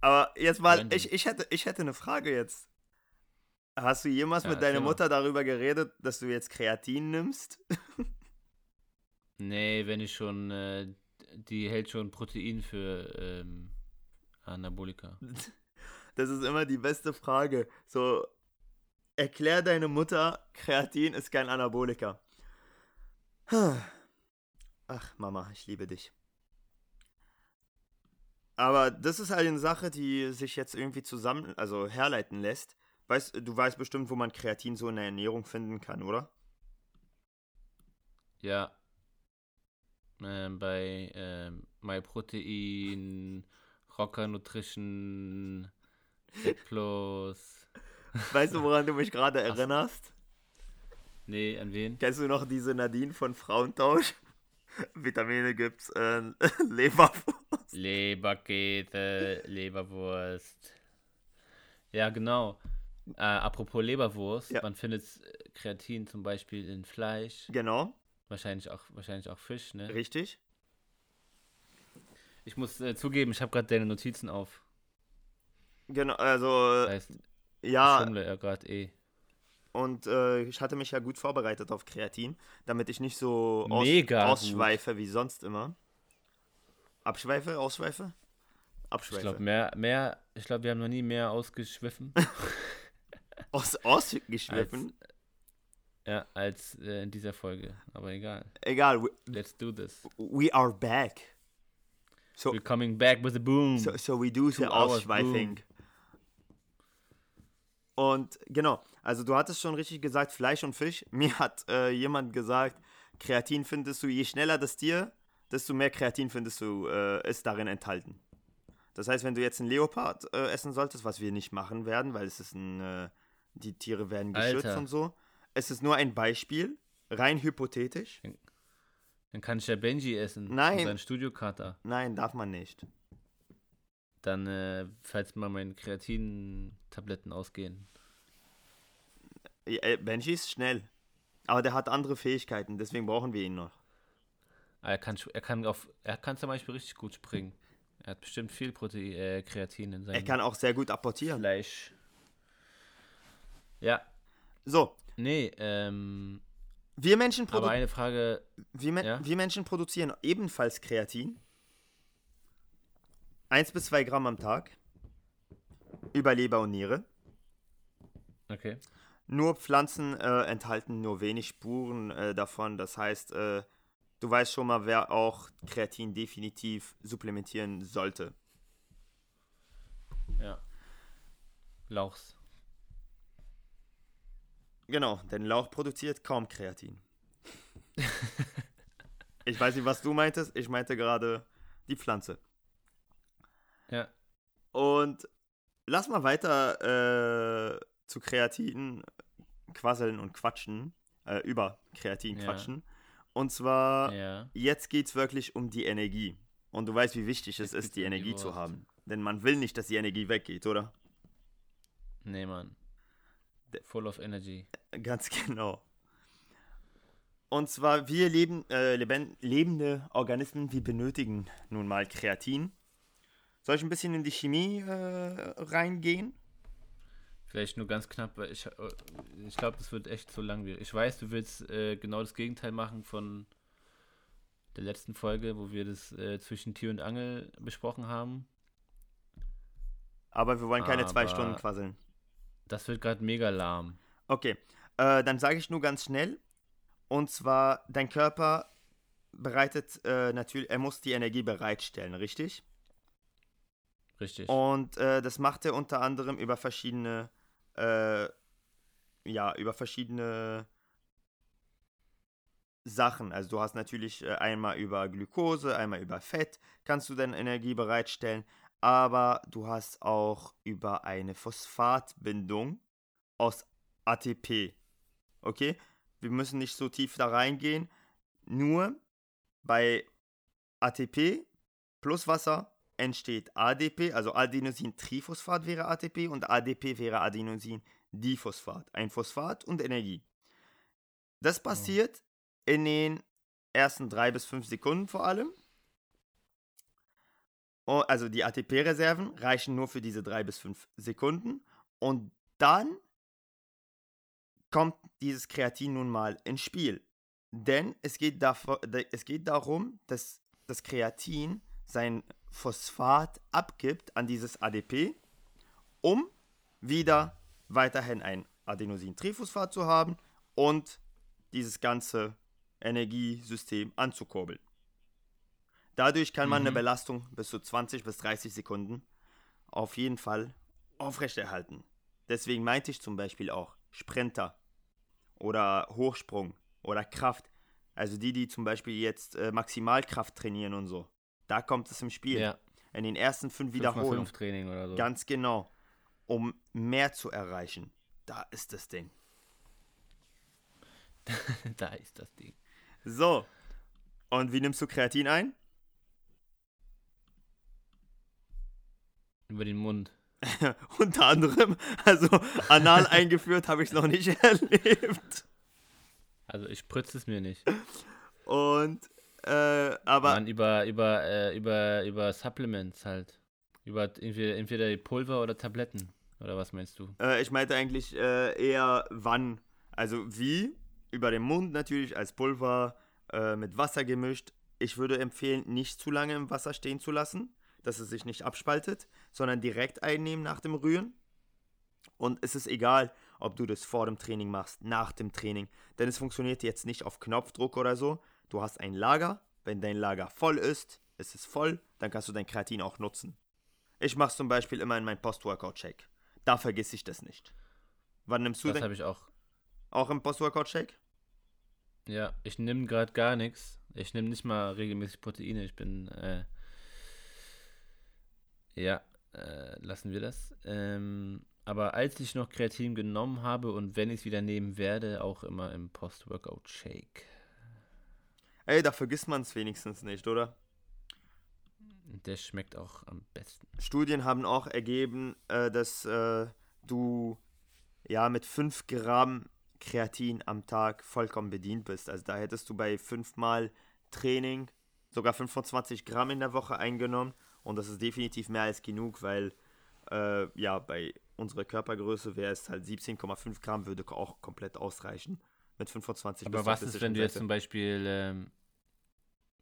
[SPEAKER 1] Aber jetzt mal,
[SPEAKER 2] Random.
[SPEAKER 1] ich, ich, hätte, ich hätte eine Frage jetzt. Hast du jemals
[SPEAKER 2] Ja,
[SPEAKER 1] mit deiner
[SPEAKER 2] erzähl mal.
[SPEAKER 1] Mutter darüber geredet, dass du jetzt Kreatin nimmst?
[SPEAKER 2] nee, wenn ich schon. Äh, die hält schon Protein für ähm, Anabolika.
[SPEAKER 1] Das ist immer die beste Frage. So, erklär deine Mutter, Kreatin ist kein Anabolika. Ach, Mama, ich liebe dich. Aber das ist halt eine Sache, die sich jetzt irgendwie zusammen, also herleiten lässt. Weißt, du weißt bestimmt, wo man Kreatin so in der Ernährung finden kann, oder?
[SPEAKER 2] Ja. Ähm, bei ähm, MyProtein, Rocker Nutrition, Fit Plus.
[SPEAKER 1] Weißt du, woran du mich gerade erinnerst?
[SPEAKER 2] Nee, an wen?
[SPEAKER 1] Kennst du noch diese Nadine von Frauentausch? [LAUGHS] Vitamine gibt's, äh, [LAUGHS] Leber.
[SPEAKER 2] Leberkäse, Leberwurst. Ja, genau. Äh, apropos Leberwurst,
[SPEAKER 1] Ja.
[SPEAKER 2] man findet äh, Kreatin zum Beispiel in Fleisch,
[SPEAKER 1] Genau,
[SPEAKER 2] wahrscheinlich auch, wahrscheinlich auch Fisch, ne?
[SPEAKER 1] richtig.
[SPEAKER 2] Ich muss äh, zugeben, ich habe gerade deine Notizen auf.
[SPEAKER 1] Genau, also,
[SPEAKER 2] Das
[SPEAKER 1] äh,
[SPEAKER 2] heißt, ich
[SPEAKER 1] ja,
[SPEAKER 2] schummle ja gerade eh.
[SPEAKER 1] und äh, ich hatte mich ja gut vorbereitet auf Kreatin, damit ich nicht so aus
[SPEAKER 2] Mega gut.
[SPEAKER 1] ausschweife wie sonst immer. Abschweife, ausschweife?
[SPEAKER 2] Ich
[SPEAKER 1] Abschweife.
[SPEAKER 2] glaube, mehr, mehr, ich glaube, wir haben noch nie mehr
[SPEAKER 1] [LAUGHS]
[SPEAKER 2] ausgeschwiffen.
[SPEAKER 1] Aus, ausgeschwiffen?
[SPEAKER 2] Ja, als äh, in dieser Folge. Aber egal.
[SPEAKER 1] Egal, we,
[SPEAKER 2] Let's do this.
[SPEAKER 1] we are back. So,
[SPEAKER 2] We're coming back with a boom.
[SPEAKER 1] So, so we do the
[SPEAKER 2] Two hours,
[SPEAKER 1] Ausschweifing. Und genau, also du hattest schon richtig gesagt, Fleisch und Fisch. [LAUGHS] Mir hat äh, jemand gesagt, Kreatin findest du, je schneller das Tier, desto mehr Kreatin findest du, äh, ist darin enthalten. Das heißt, wenn du jetzt einen Leopard äh, essen solltest, was wir nicht machen werden, weil es ist ein, äh, die Tiere werden geschützt
[SPEAKER 2] Alter.
[SPEAKER 1] und so. Es ist nur ein Beispiel, rein hypothetisch.
[SPEAKER 2] Dann kann ich ja Benji essen.
[SPEAKER 1] Nein.
[SPEAKER 2] Und seinen Studiokater.
[SPEAKER 1] Nein, darf man nicht.
[SPEAKER 2] Dann, äh, falls mal meine Kreatin-Tabletten ausgehen.
[SPEAKER 1] Ja, äh, Benji ist schnell. Aber der hat andere Fähigkeiten, deswegen brauchen wir ihn noch.
[SPEAKER 2] Ah, Er kann, sch- er kann auf, er kann zum Beispiel richtig gut springen. Er hat bestimmt viel Protein, äh, Kreatin in seinem
[SPEAKER 1] Er kann auch sehr gut apportieren.
[SPEAKER 2] Fleisch. Ja,
[SPEAKER 1] So,
[SPEAKER 2] nee, ähm,
[SPEAKER 1] wir Menschen, produ
[SPEAKER 2] aber eine Frage,
[SPEAKER 1] wir, Men
[SPEAKER 2] ja?
[SPEAKER 1] wir Menschen produzieren ebenfalls Kreatin. 1 bis 2 Gramm am Tag. Über Leber und Niere.
[SPEAKER 2] okay.
[SPEAKER 1] Nur Pflanzen äh, enthalten nur wenig Spuren äh, davon. Das heißt, äh, du weißt schon mal, wer auch Kreatin definitiv supplementieren sollte.
[SPEAKER 2] Ja. Lauchs.
[SPEAKER 1] Genau, denn Lauch produziert kaum
[SPEAKER 2] [LAUGHS]
[SPEAKER 1] Kreatin. ich weiß nicht, was du meintest. Ich meinte gerade die Pflanze.
[SPEAKER 2] Ja.
[SPEAKER 1] Und lass mal weiter äh, zu Kreatin quasseln und quatschen. Äh, über Kreatin
[SPEAKER 2] Ja.
[SPEAKER 1] quatschen. Und zwar,
[SPEAKER 2] ja.
[SPEAKER 1] jetzt geht's wirklich um die Energie. Und du weißt, wie wichtig es
[SPEAKER 2] Jetzt geht's
[SPEAKER 1] ist, die
[SPEAKER 2] um die
[SPEAKER 1] Energie zu
[SPEAKER 2] Wurst.
[SPEAKER 1] haben. Denn man will nicht, dass die Energie weggeht, oder? [LAUGHS]
[SPEAKER 2] Nee, Mann.
[SPEAKER 1] De-
[SPEAKER 2] Full of energy.
[SPEAKER 1] Ganz genau. Und zwar, wir leben, äh, leben, lebende Organismen, wir benötigen nun mal Kreatin. Soll ich ein bisschen in die Chemie äh, reingehen?
[SPEAKER 2] Vielleicht nur ganz knapp, weil ich, äh, ich glaube, das wird echt so langwierig. Ich weiß, du willst äh, genau das Gegenteil machen von der letzten Folge, wo wir das äh, zwischen Tier und Angel besprochen haben.
[SPEAKER 1] Aber wir wollen keine zwei
[SPEAKER 2] Aber-
[SPEAKER 1] Stunden quasseln.
[SPEAKER 2] Das wird gerade mega lahm.
[SPEAKER 1] Okay, äh, dann sage ich nur ganz schnell. Und zwar, dein Körper bereitet äh, natürlich, er muss die Energie bereitstellen, richtig?
[SPEAKER 2] Richtig.
[SPEAKER 1] Und äh, das macht er unter anderem über verschiedene, äh, ja, über verschiedene Sachen. Also du hast natürlich äh, einmal über Glukose, einmal über Fett, kannst du deine Energie bereitstellen, aber du hast auch über eine Phosphatbindung aus ATP. Okay? Wir müssen nicht so tief da reingehen. Nur bei ATP plus Wasser entsteht ADP, also Adenosintriphosphat wäre ATP und ADP wäre Adenosindiphosphat. Ein Phosphat und Energie. Das passiert in den ersten drei bis fünf Sekunden vor allem. O- Also die ATP-Reserven reichen nur für diese drei bis fünf Sekunden. Und dann kommt dieses Kreatin nun mal ins Spiel. Denn es geht, davor, es geht darum, dass das Kreatin sein Phosphat abgibt an dieses ADP, um wieder weiterhin ein Adenosintriphosphat zu haben und dieses ganze Energiesystem anzukurbeln. Dadurch kann man eine
[SPEAKER 2] Mhm.
[SPEAKER 1] Belastung bis zu 20 bis 30 Sekunden auf jeden Fall aufrechterhalten. Deswegen meinte ich zum Beispiel auch Sprinter oder Hochsprung oder Kraft. Also die, die zum Beispiel jetzt äh, Maximalkraft trainieren und so. Da kommt es im Spiel.
[SPEAKER 2] ja,
[SPEAKER 1] In den ersten fünf Wiederholungen.
[SPEAKER 2] 5 Training oder so.
[SPEAKER 1] Ganz genau. Um mehr zu erreichen. Da ist das Ding.
[SPEAKER 2] [LAUGHS] da ist das Ding.
[SPEAKER 1] So. Und wie nimmst du Kreatin ein? [LAUGHS]
[SPEAKER 2] Über den Mund.
[SPEAKER 1] Unter anderem, also
[SPEAKER 2] [LAUGHS]
[SPEAKER 1] anal eingeführt habe ich es noch nicht [LAUGHS] erlebt.
[SPEAKER 2] Also ich spritze es mir nicht.
[SPEAKER 1] Und, äh, aber
[SPEAKER 2] Mann, über, über, äh, über, über Supplements halt. Über entweder, entweder Pulver oder Tabletten. Oder was meinst du?
[SPEAKER 1] Äh, ich meinte eigentlich äh, eher wann. Also wie? Über den Mund natürlich, als Pulver, äh, mit Wasser gemischt. Ich würde empfehlen, nicht zu lange im Wasser stehen zu lassen, dass es sich nicht abspaltet, sondern direkt einnehmen nach dem Rühren. Und es ist egal, ob du das vor dem Training machst, nach dem Training. Denn es funktioniert jetzt nicht auf Knopfdruck oder so. Du hast ein Lager. Wenn dein Lager voll ist, ist es voll, dann kannst du dein Kreatin auch nutzen. Ich mache zum Beispiel immer in meinen Post-Workout-Shake. Da vergesse ich das nicht. Wann nimmst du
[SPEAKER 2] das
[SPEAKER 1] denn
[SPEAKER 2] habe ich auch.
[SPEAKER 1] auch im Post-Workout-Shake?
[SPEAKER 2] Ja, ich nehme gerade gar nichts. Ich nehme nicht mal regelmäßig Proteine. Ich bin, äh, ja, äh, lassen wir das. Ähm, aber als ich noch Kreatin genommen habe und wenn ich es wieder nehmen werde, auch immer im Post-Workout-Shake.
[SPEAKER 1] Ey, da vergisst man es wenigstens nicht, oder?
[SPEAKER 2] Und Der schmeckt auch am besten.
[SPEAKER 1] Studien haben auch ergeben, äh, dass äh, du ja mit 5 Gramm Kreatin am Tag vollkommen bedient bist. Also da hättest du bei fünfmal Training sogar 25 Gramm in der Woche eingenommen und das ist definitiv mehr als genug, weil äh, ja bei unserer Körpergröße wäre es halt 17,5 Gramm würde auch komplett ausreichen. Mit 25
[SPEAKER 2] Aber
[SPEAKER 1] bist
[SPEAKER 2] was
[SPEAKER 1] auf der
[SPEAKER 2] ist, wenn du jetzt
[SPEAKER 1] sicheren
[SPEAKER 2] zum Beispiel ähm,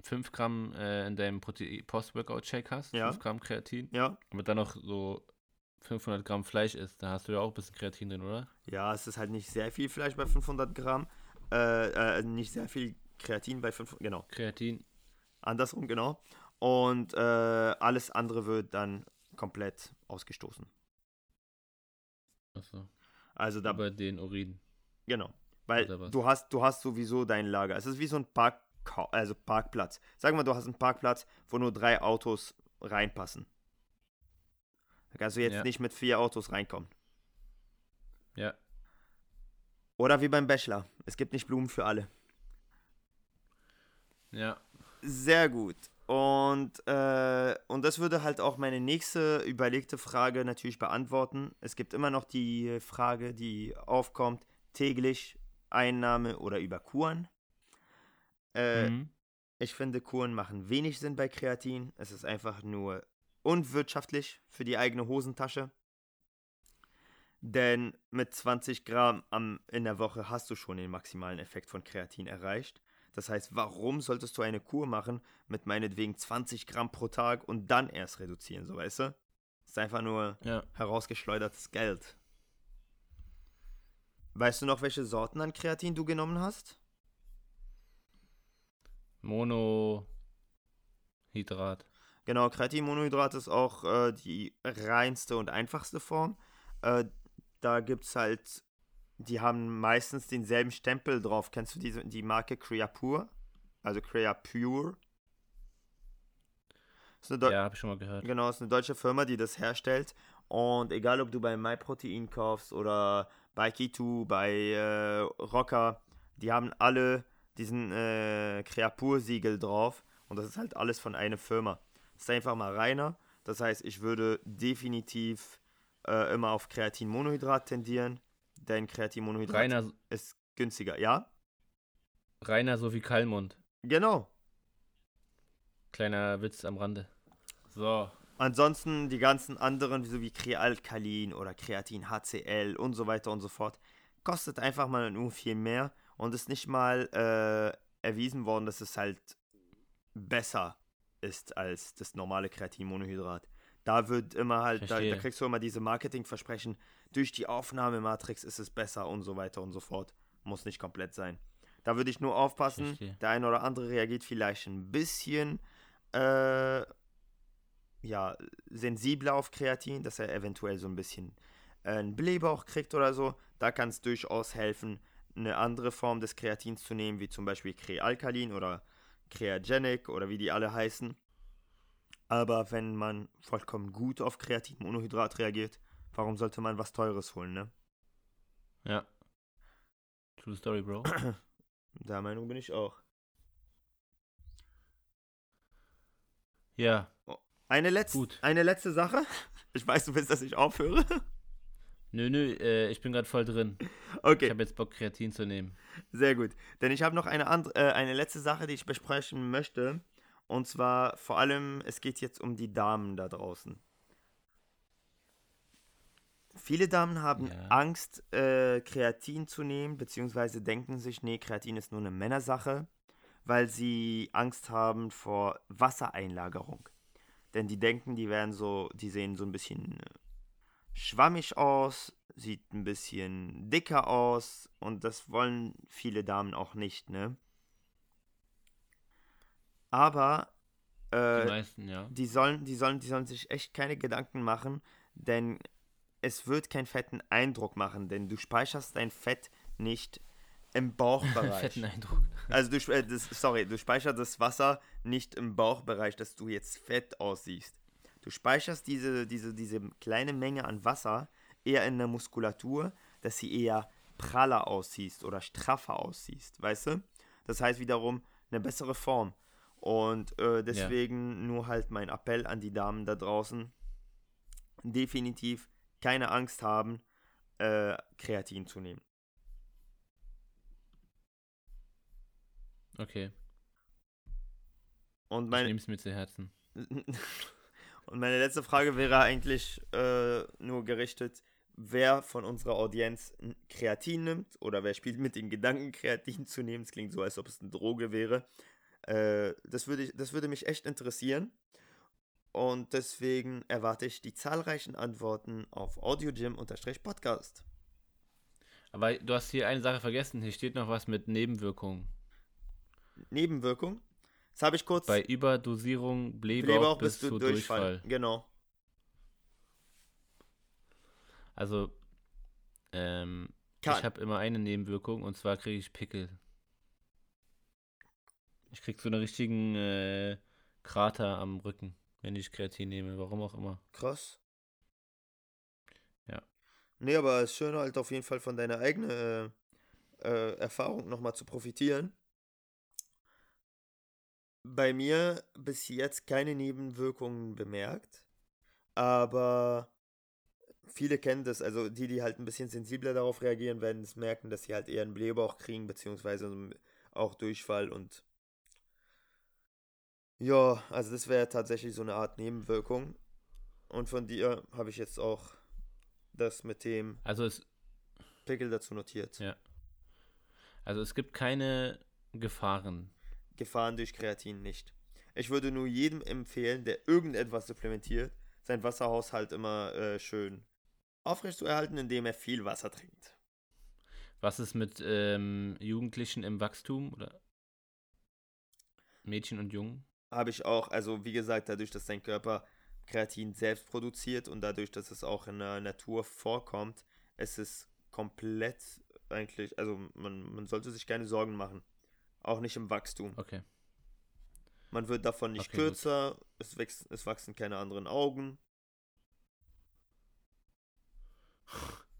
[SPEAKER 2] 5 Gramm äh, in deinem Prote- Post-Workout-Shake hast,
[SPEAKER 1] Ja.
[SPEAKER 2] 5 Gramm Kreatin,
[SPEAKER 1] Seite. ja
[SPEAKER 2] aber dann noch so 500 Gramm Fleisch isst, da hast du ja auch ein bisschen Kreatin drin, oder?
[SPEAKER 1] Ja, es ist halt nicht sehr viel Fleisch bei 500 Gramm. Äh, äh, nicht sehr viel Kreatin bei 500, genau.
[SPEAKER 2] Kreatin.
[SPEAKER 1] Andersrum, genau. Und äh, alles andere wird dann komplett ausgestoßen.
[SPEAKER 2] Achso.
[SPEAKER 1] Also da,
[SPEAKER 2] Über den Urin.
[SPEAKER 1] genau. Weil
[SPEAKER 2] Oder was?
[SPEAKER 1] du hast, du hast sowieso dein Lager. Es ist wie so ein Park, also Parkplatz. Sag mal, du hast einen Parkplatz, wo nur drei Autos reinpassen. Da kannst du jetzt
[SPEAKER 2] Ja.
[SPEAKER 1] nicht mit vier Autos reinkommen.
[SPEAKER 2] Ja.
[SPEAKER 1] Oder wie beim Bachelor. Es gibt nicht Blumen für alle.
[SPEAKER 2] Ja.
[SPEAKER 1] Sehr gut. Und, äh, und das würde halt auch meine nächste überlegte Frage natürlich beantworten. Es gibt immer noch die Frage, die aufkommt, täglich Einnahme oder über Kuren. Äh,
[SPEAKER 2] mhm.
[SPEAKER 1] Ich finde, Kuren machen wenig Sinn bei Kreatin. Es ist einfach nur unwirtschaftlich für die eigene Hosentasche. Denn mit 20 Gramm am, in der Woche hast du schon den maximalen Effekt von Kreatin erreicht. Das heißt, warum solltest du eine Kur machen mit meinetwegen 20 Gramm pro Tag und dann erst reduzieren, so weißt du? Ist einfach nur
[SPEAKER 2] Ja.
[SPEAKER 1] herausgeschleudertes Geld. Weißt du noch, welche Sorten an Kreatin du genommen hast?
[SPEAKER 2] Monohydrat.
[SPEAKER 1] Genau, Kreatinmonohydrat ist auch äh, die reinste und einfachste Form. Äh, da gibt's halt, die haben meistens denselben Stempel drauf. Kennst du diese, die Marke Creapure? Also Creapure? Ist eine Deu-
[SPEAKER 2] Ja, habe ich schon mal gehört.
[SPEAKER 1] Genau, ist eine deutsche Firma, die das herstellt. Und egal, ob du bei MyProtein kaufst oder bei Kitu, bei äh, Rocker, die haben alle diesen äh, Creapur-Siegel drauf. Und das ist halt alles von einer Firma. Ist einfach mal reiner. Das heißt, ich würde definitiv äh, immer auf Kreatinmonohydrat tendieren, denn Kreatinmonohydrat
[SPEAKER 2] Rainer,
[SPEAKER 1] ist günstiger. Ja,
[SPEAKER 2] Rainer Sophie Kallmund.
[SPEAKER 1] genau.
[SPEAKER 2] Kleiner Witz am Rande. So.
[SPEAKER 1] Ansonsten die ganzen anderen, so wie Krealkalin oder Kreatin HCl und so weiter und so fort, kostet einfach mal nur viel mehr und ist nicht mal äh, erwiesen worden, dass es halt besser ist als das normale Kreatinmonohydrat. Da wird immer halt, da, da
[SPEAKER 2] Verstehe.
[SPEAKER 1] kriegst du immer diese Marketingversprechen, durch die Aufnahmematrix ist es besser und so weiter und so fort. Muss nicht komplett sein. Da würde ich nur aufpassen,
[SPEAKER 2] Verstehe.
[SPEAKER 1] der eine oder andere reagiert vielleicht ein bisschen äh, ja, sensibler auf Kreatin, dass er eventuell so ein bisschen äh, einen Blähbauch kriegt oder so. Da kann es durchaus helfen, eine andere Form des Kreatins zu nehmen, wie zum Beispiel Krealkalin oder Creagenic oder wie die alle heißen. Aber wenn man vollkommen gut auf Kreatinmonohydrat reagiert, warum sollte man was Teures holen, ne?
[SPEAKER 2] Ja. True
[SPEAKER 1] [CLEARS THROAT]
[SPEAKER 2] Story, Bro.
[SPEAKER 1] Der Meinung bin ich auch.
[SPEAKER 2] Ja.
[SPEAKER 1] Eine letzte,
[SPEAKER 2] Gut.
[SPEAKER 1] eine letzte Sache. [LAUGHS] Ich weiß, du willst, dass ich aufhöre. [LAUGHS]
[SPEAKER 2] Nö, nö, äh, ich bin gerade voll drin. Ich
[SPEAKER 1] Okay,
[SPEAKER 2] habe jetzt Bock, Kreatin zu nehmen.
[SPEAKER 1] sehr gut. Denn ich habe noch eine, andere, äh, eine letzte Sache, die ich besprechen möchte. Und zwar vor allem, es geht jetzt um die Damen da draußen. Viele Damen haben
[SPEAKER 2] Ja.
[SPEAKER 1] Angst, äh, Kreatin zu nehmen, beziehungsweise denken sich, nee, Kreatin ist nur eine Männersache, weil sie Angst haben vor Wassereinlagerung. Denn die denken, die werden so, die sehen so ein bisschen äh, schwammig aus, sieht ein bisschen dicker aus und das wollen viele Damen auch nicht, ne? Aber
[SPEAKER 2] Die
[SPEAKER 1] äh,
[SPEAKER 2] meisten, ja.
[SPEAKER 1] die sollen, die sollen, die sollen sich echt keine Gedanken machen, denn es wird keinen fetten Eindruck machen, denn du speicherst dein Fett nicht im
[SPEAKER 2] Fetten
[SPEAKER 1] Bauchbereich.
[SPEAKER 2] Eindruck.
[SPEAKER 1] also du, sp- äh, das, sorry, du speicherst das Wasser nicht im Bauchbereich, dass du jetzt fett aussiehst. Du speicherst diese, diese, diese kleine Menge an Wasser eher in der Muskulatur, dass sie eher praller aussiehst oder straffer aussiehst, weißt du? Das heißt wiederum eine bessere Form. Und äh, deswegen nur halt mein Appell an die Damen da draußen. Definitiv keine Angst haben, äh, Kreatin zu nehmen.
[SPEAKER 2] Okay.
[SPEAKER 1] Und
[SPEAKER 2] Ich
[SPEAKER 1] meine,
[SPEAKER 2] nehme es mir zu Herzen.
[SPEAKER 1] [LAUGHS] Und meine letzte Frage wäre eigentlich äh, nur gerichtet, wer von unserer Audienz n- Kreatin nimmt oder wer spielt mit den Gedanken, Kreatin zu nehmen. Es klingt so, als ob es eine Droge wäre. Äh, das, würde ich, das würde mich echt interessieren. Und deswegen erwarte ich die zahlreichen Antworten auf audiogym-podcast.
[SPEAKER 2] Aber du hast hier eine Sache vergessen. Hier steht noch was mit Nebenwirkungen.
[SPEAKER 1] Nebenwirkung. Das habe ich kurz
[SPEAKER 2] Bei Überdosierung, Blähbauch,
[SPEAKER 1] Leber auch
[SPEAKER 2] bis,
[SPEAKER 1] bis du
[SPEAKER 2] zu
[SPEAKER 1] Durchfall.
[SPEAKER 2] Durchfall.
[SPEAKER 1] Genau.
[SPEAKER 2] Also, ähm,
[SPEAKER 1] Kann-
[SPEAKER 2] ich habe immer eine Nebenwirkung und zwar kriege ich Pickel. Ich krieg so einen richtigen äh, Krater am Rücken, wenn ich Kreatin nehme, warum auch immer.
[SPEAKER 1] Krass.
[SPEAKER 2] Ja.
[SPEAKER 1] Nee, aber es ist schön halt auf jeden Fall von deiner eigenen äh, äh, Erfahrung nochmal zu profitieren. Bei mir bis jetzt keine Nebenwirkungen bemerkt, aber viele kennen das, also die, die halt ein bisschen sensibler darauf reagieren, werden es merken, dass sie halt eher einen Blähbauch kriegen, beziehungsweise auch Durchfall und ja, also das wäre tatsächlich so eine Art Nebenwirkung. Und von dir habe ich jetzt auch das mit dem
[SPEAKER 2] Also es,
[SPEAKER 1] Pickel dazu notiert.
[SPEAKER 2] Ja. also es gibt keine Gefahren.
[SPEAKER 1] Gefahren durch Kreatin nicht. Ich würde nur jedem empfehlen, der irgendetwas supplementiert, seinen Wasserhaushalt immer äh, schön aufrecht zu erhalten, indem er viel Wasser trinkt.
[SPEAKER 2] Was ist mit ähm, Jugendlichen im Wachstum oder Mädchen und Jungen?
[SPEAKER 1] Habe ich auch, also wie gesagt, dadurch, dass dein Körper Kreatin selbst produziert und dadurch, dass es auch in der Natur vorkommt, es ist komplett eigentlich, also man, man sollte sich keine Sorgen machen. Auch nicht im Wachstum.
[SPEAKER 2] Okay.
[SPEAKER 1] Man wird davon nicht
[SPEAKER 2] Okay, gut.
[SPEAKER 1] kürzer, es, wächst, es wachsen keine anderen Augen.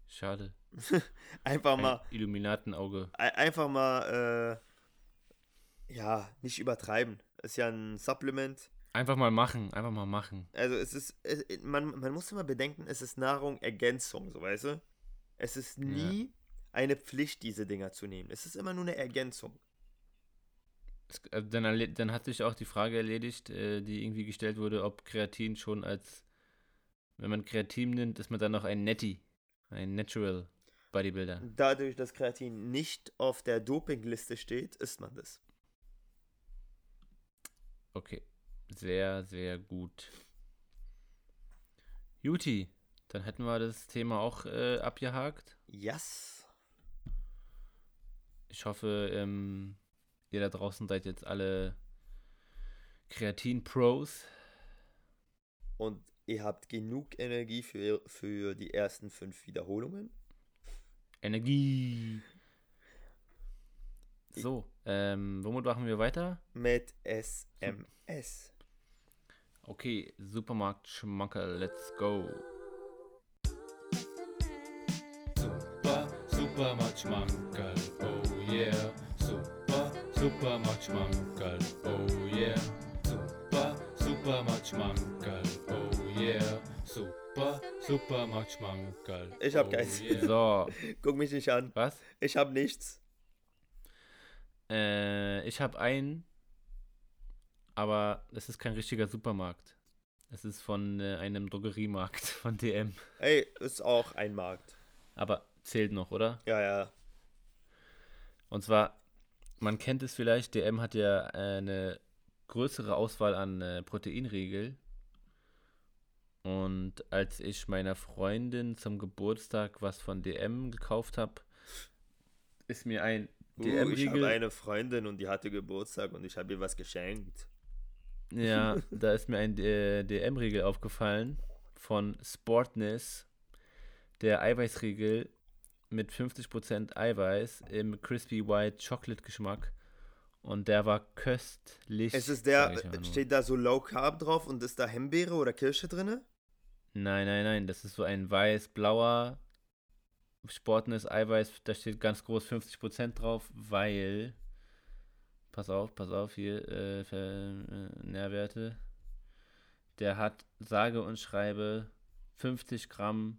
[SPEAKER 2] Schade.
[SPEAKER 1] Einfach
[SPEAKER 2] Ein
[SPEAKER 1] mal
[SPEAKER 2] Illuminatenauge.
[SPEAKER 1] Ei- einfach mal, äh, ja, nicht übertreiben. Ist ja ein Supplement.
[SPEAKER 2] Einfach mal machen, einfach mal machen.
[SPEAKER 1] Also es ist, es, man, man muss immer bedenken, es ist Nahrung, Ergänzung, so weißt du? Es ist nie eine Pflicht, diese Dinger zu nehmen. Es ist immer nur eine Ergänzung.
[SPEAKER 2] Es- also Dann, erle- dann hat sich auch die Frage erledigt, äh, die irgendwie gestellt wurde, ob Kreatin schon als, wenn man Kreatin nimmt, ist man dann noch ein Netty, ein Natural Bodybuilder.
[SPEAKER 1] Dadurch, dass Kreatin nicht auf der Dopingliste steht, isst man das.
[SPEAKER 2] Okay, sehr, sehr gut. Juti, dann hätten wir das Thema auch äh, abgehakt.
[SPEAKER 1] Yes.
[SPEAKER 2] Ich hoffe, ähm, ihr da draußen seid jetzt alle Kreatin-Pros.
[SPEAKER 1] Und ihr habt genug Energie für, für die ersten fünf Wiederholungen.
[SPEAKER 2] Energie. So, ähm, womit machen wir weiter?
[SPEAKER 1] Mit SMS.
[SPEAKER 2] Okay, Supermarkt Schmankerl, let's go.
[SPEAKER 3] Super, Supermarkt Schmankerl, oh yeah. Super, Supermarkt Schmankerl, oh yeah. Super, Supermarkt Schmankerl, oh yeah. Super, Supermarkt Schmankerl.
[SPEAKER 1] Ich hab
[SPEAKER 3] oh
[SPEAKER 1] keins.
[SPEAKER 3] yeah.
[SPEAKER 2] So,
[SPEAKER 1] [LAUGHS] Guck mich nicht an.
[SPEAKER 2] was?
[SPEAKER 1] Ich hab nichts.
[SPEAKER 2] Äh, ich habe einen, aber es ist kein richtiger Supermarkt. Es ist von äh, einem Drogeriemarkt von DM.
[SPEAKER 1] Ey, ist auch ein Markt.
[SPEAKER 2] Aber zählt noch, oder?
[SPEAKER 1] Ja, ja.
[SPEAKER 2] Und zwar, man kennt es vielleicht, DM hat ja äh, eine größere Auswahl an äh, Proteinriegel. Und als ich meiner Freundin zum Geburtstag was von DM gekauft habe, ist mir ein
[SPEAKER 1] Uh, ich habe
[SPEAKER 2] DM-Riegel.
[SPEAKER 1] eine Freundin und die hatte Geburtstag und ich habe ihr was geschenkt. [LAUGHS]
[SPEAKER 2] Ja, da ist mir ein äh, DM-Riegel aufgefallen von Sportness. Der Eiweißriegel mit 50% Eiweiß im Crispy White Chocolate Geschmack. Und der war köstlich.
[SPEAKER 1] Es ist
[SPEAKER 2] sag ich
[SPEAKER 1] der,
[SPEAKER 2] einfach nur.
[SPEAKER 1] steht da so Low Carb drauf und ist da Himbeere oder Kirsche drinne?
[SPEAKER 2] Nein, nein, nein. Das ist so ein weiß-blauer Sportness Eiweiß. Da steht ganz groß 50% drauf, weil. Pass auf, pass auf, hier äh, Ver- äh, Nährwerte. Der hat sage und schreibe 50 Gramm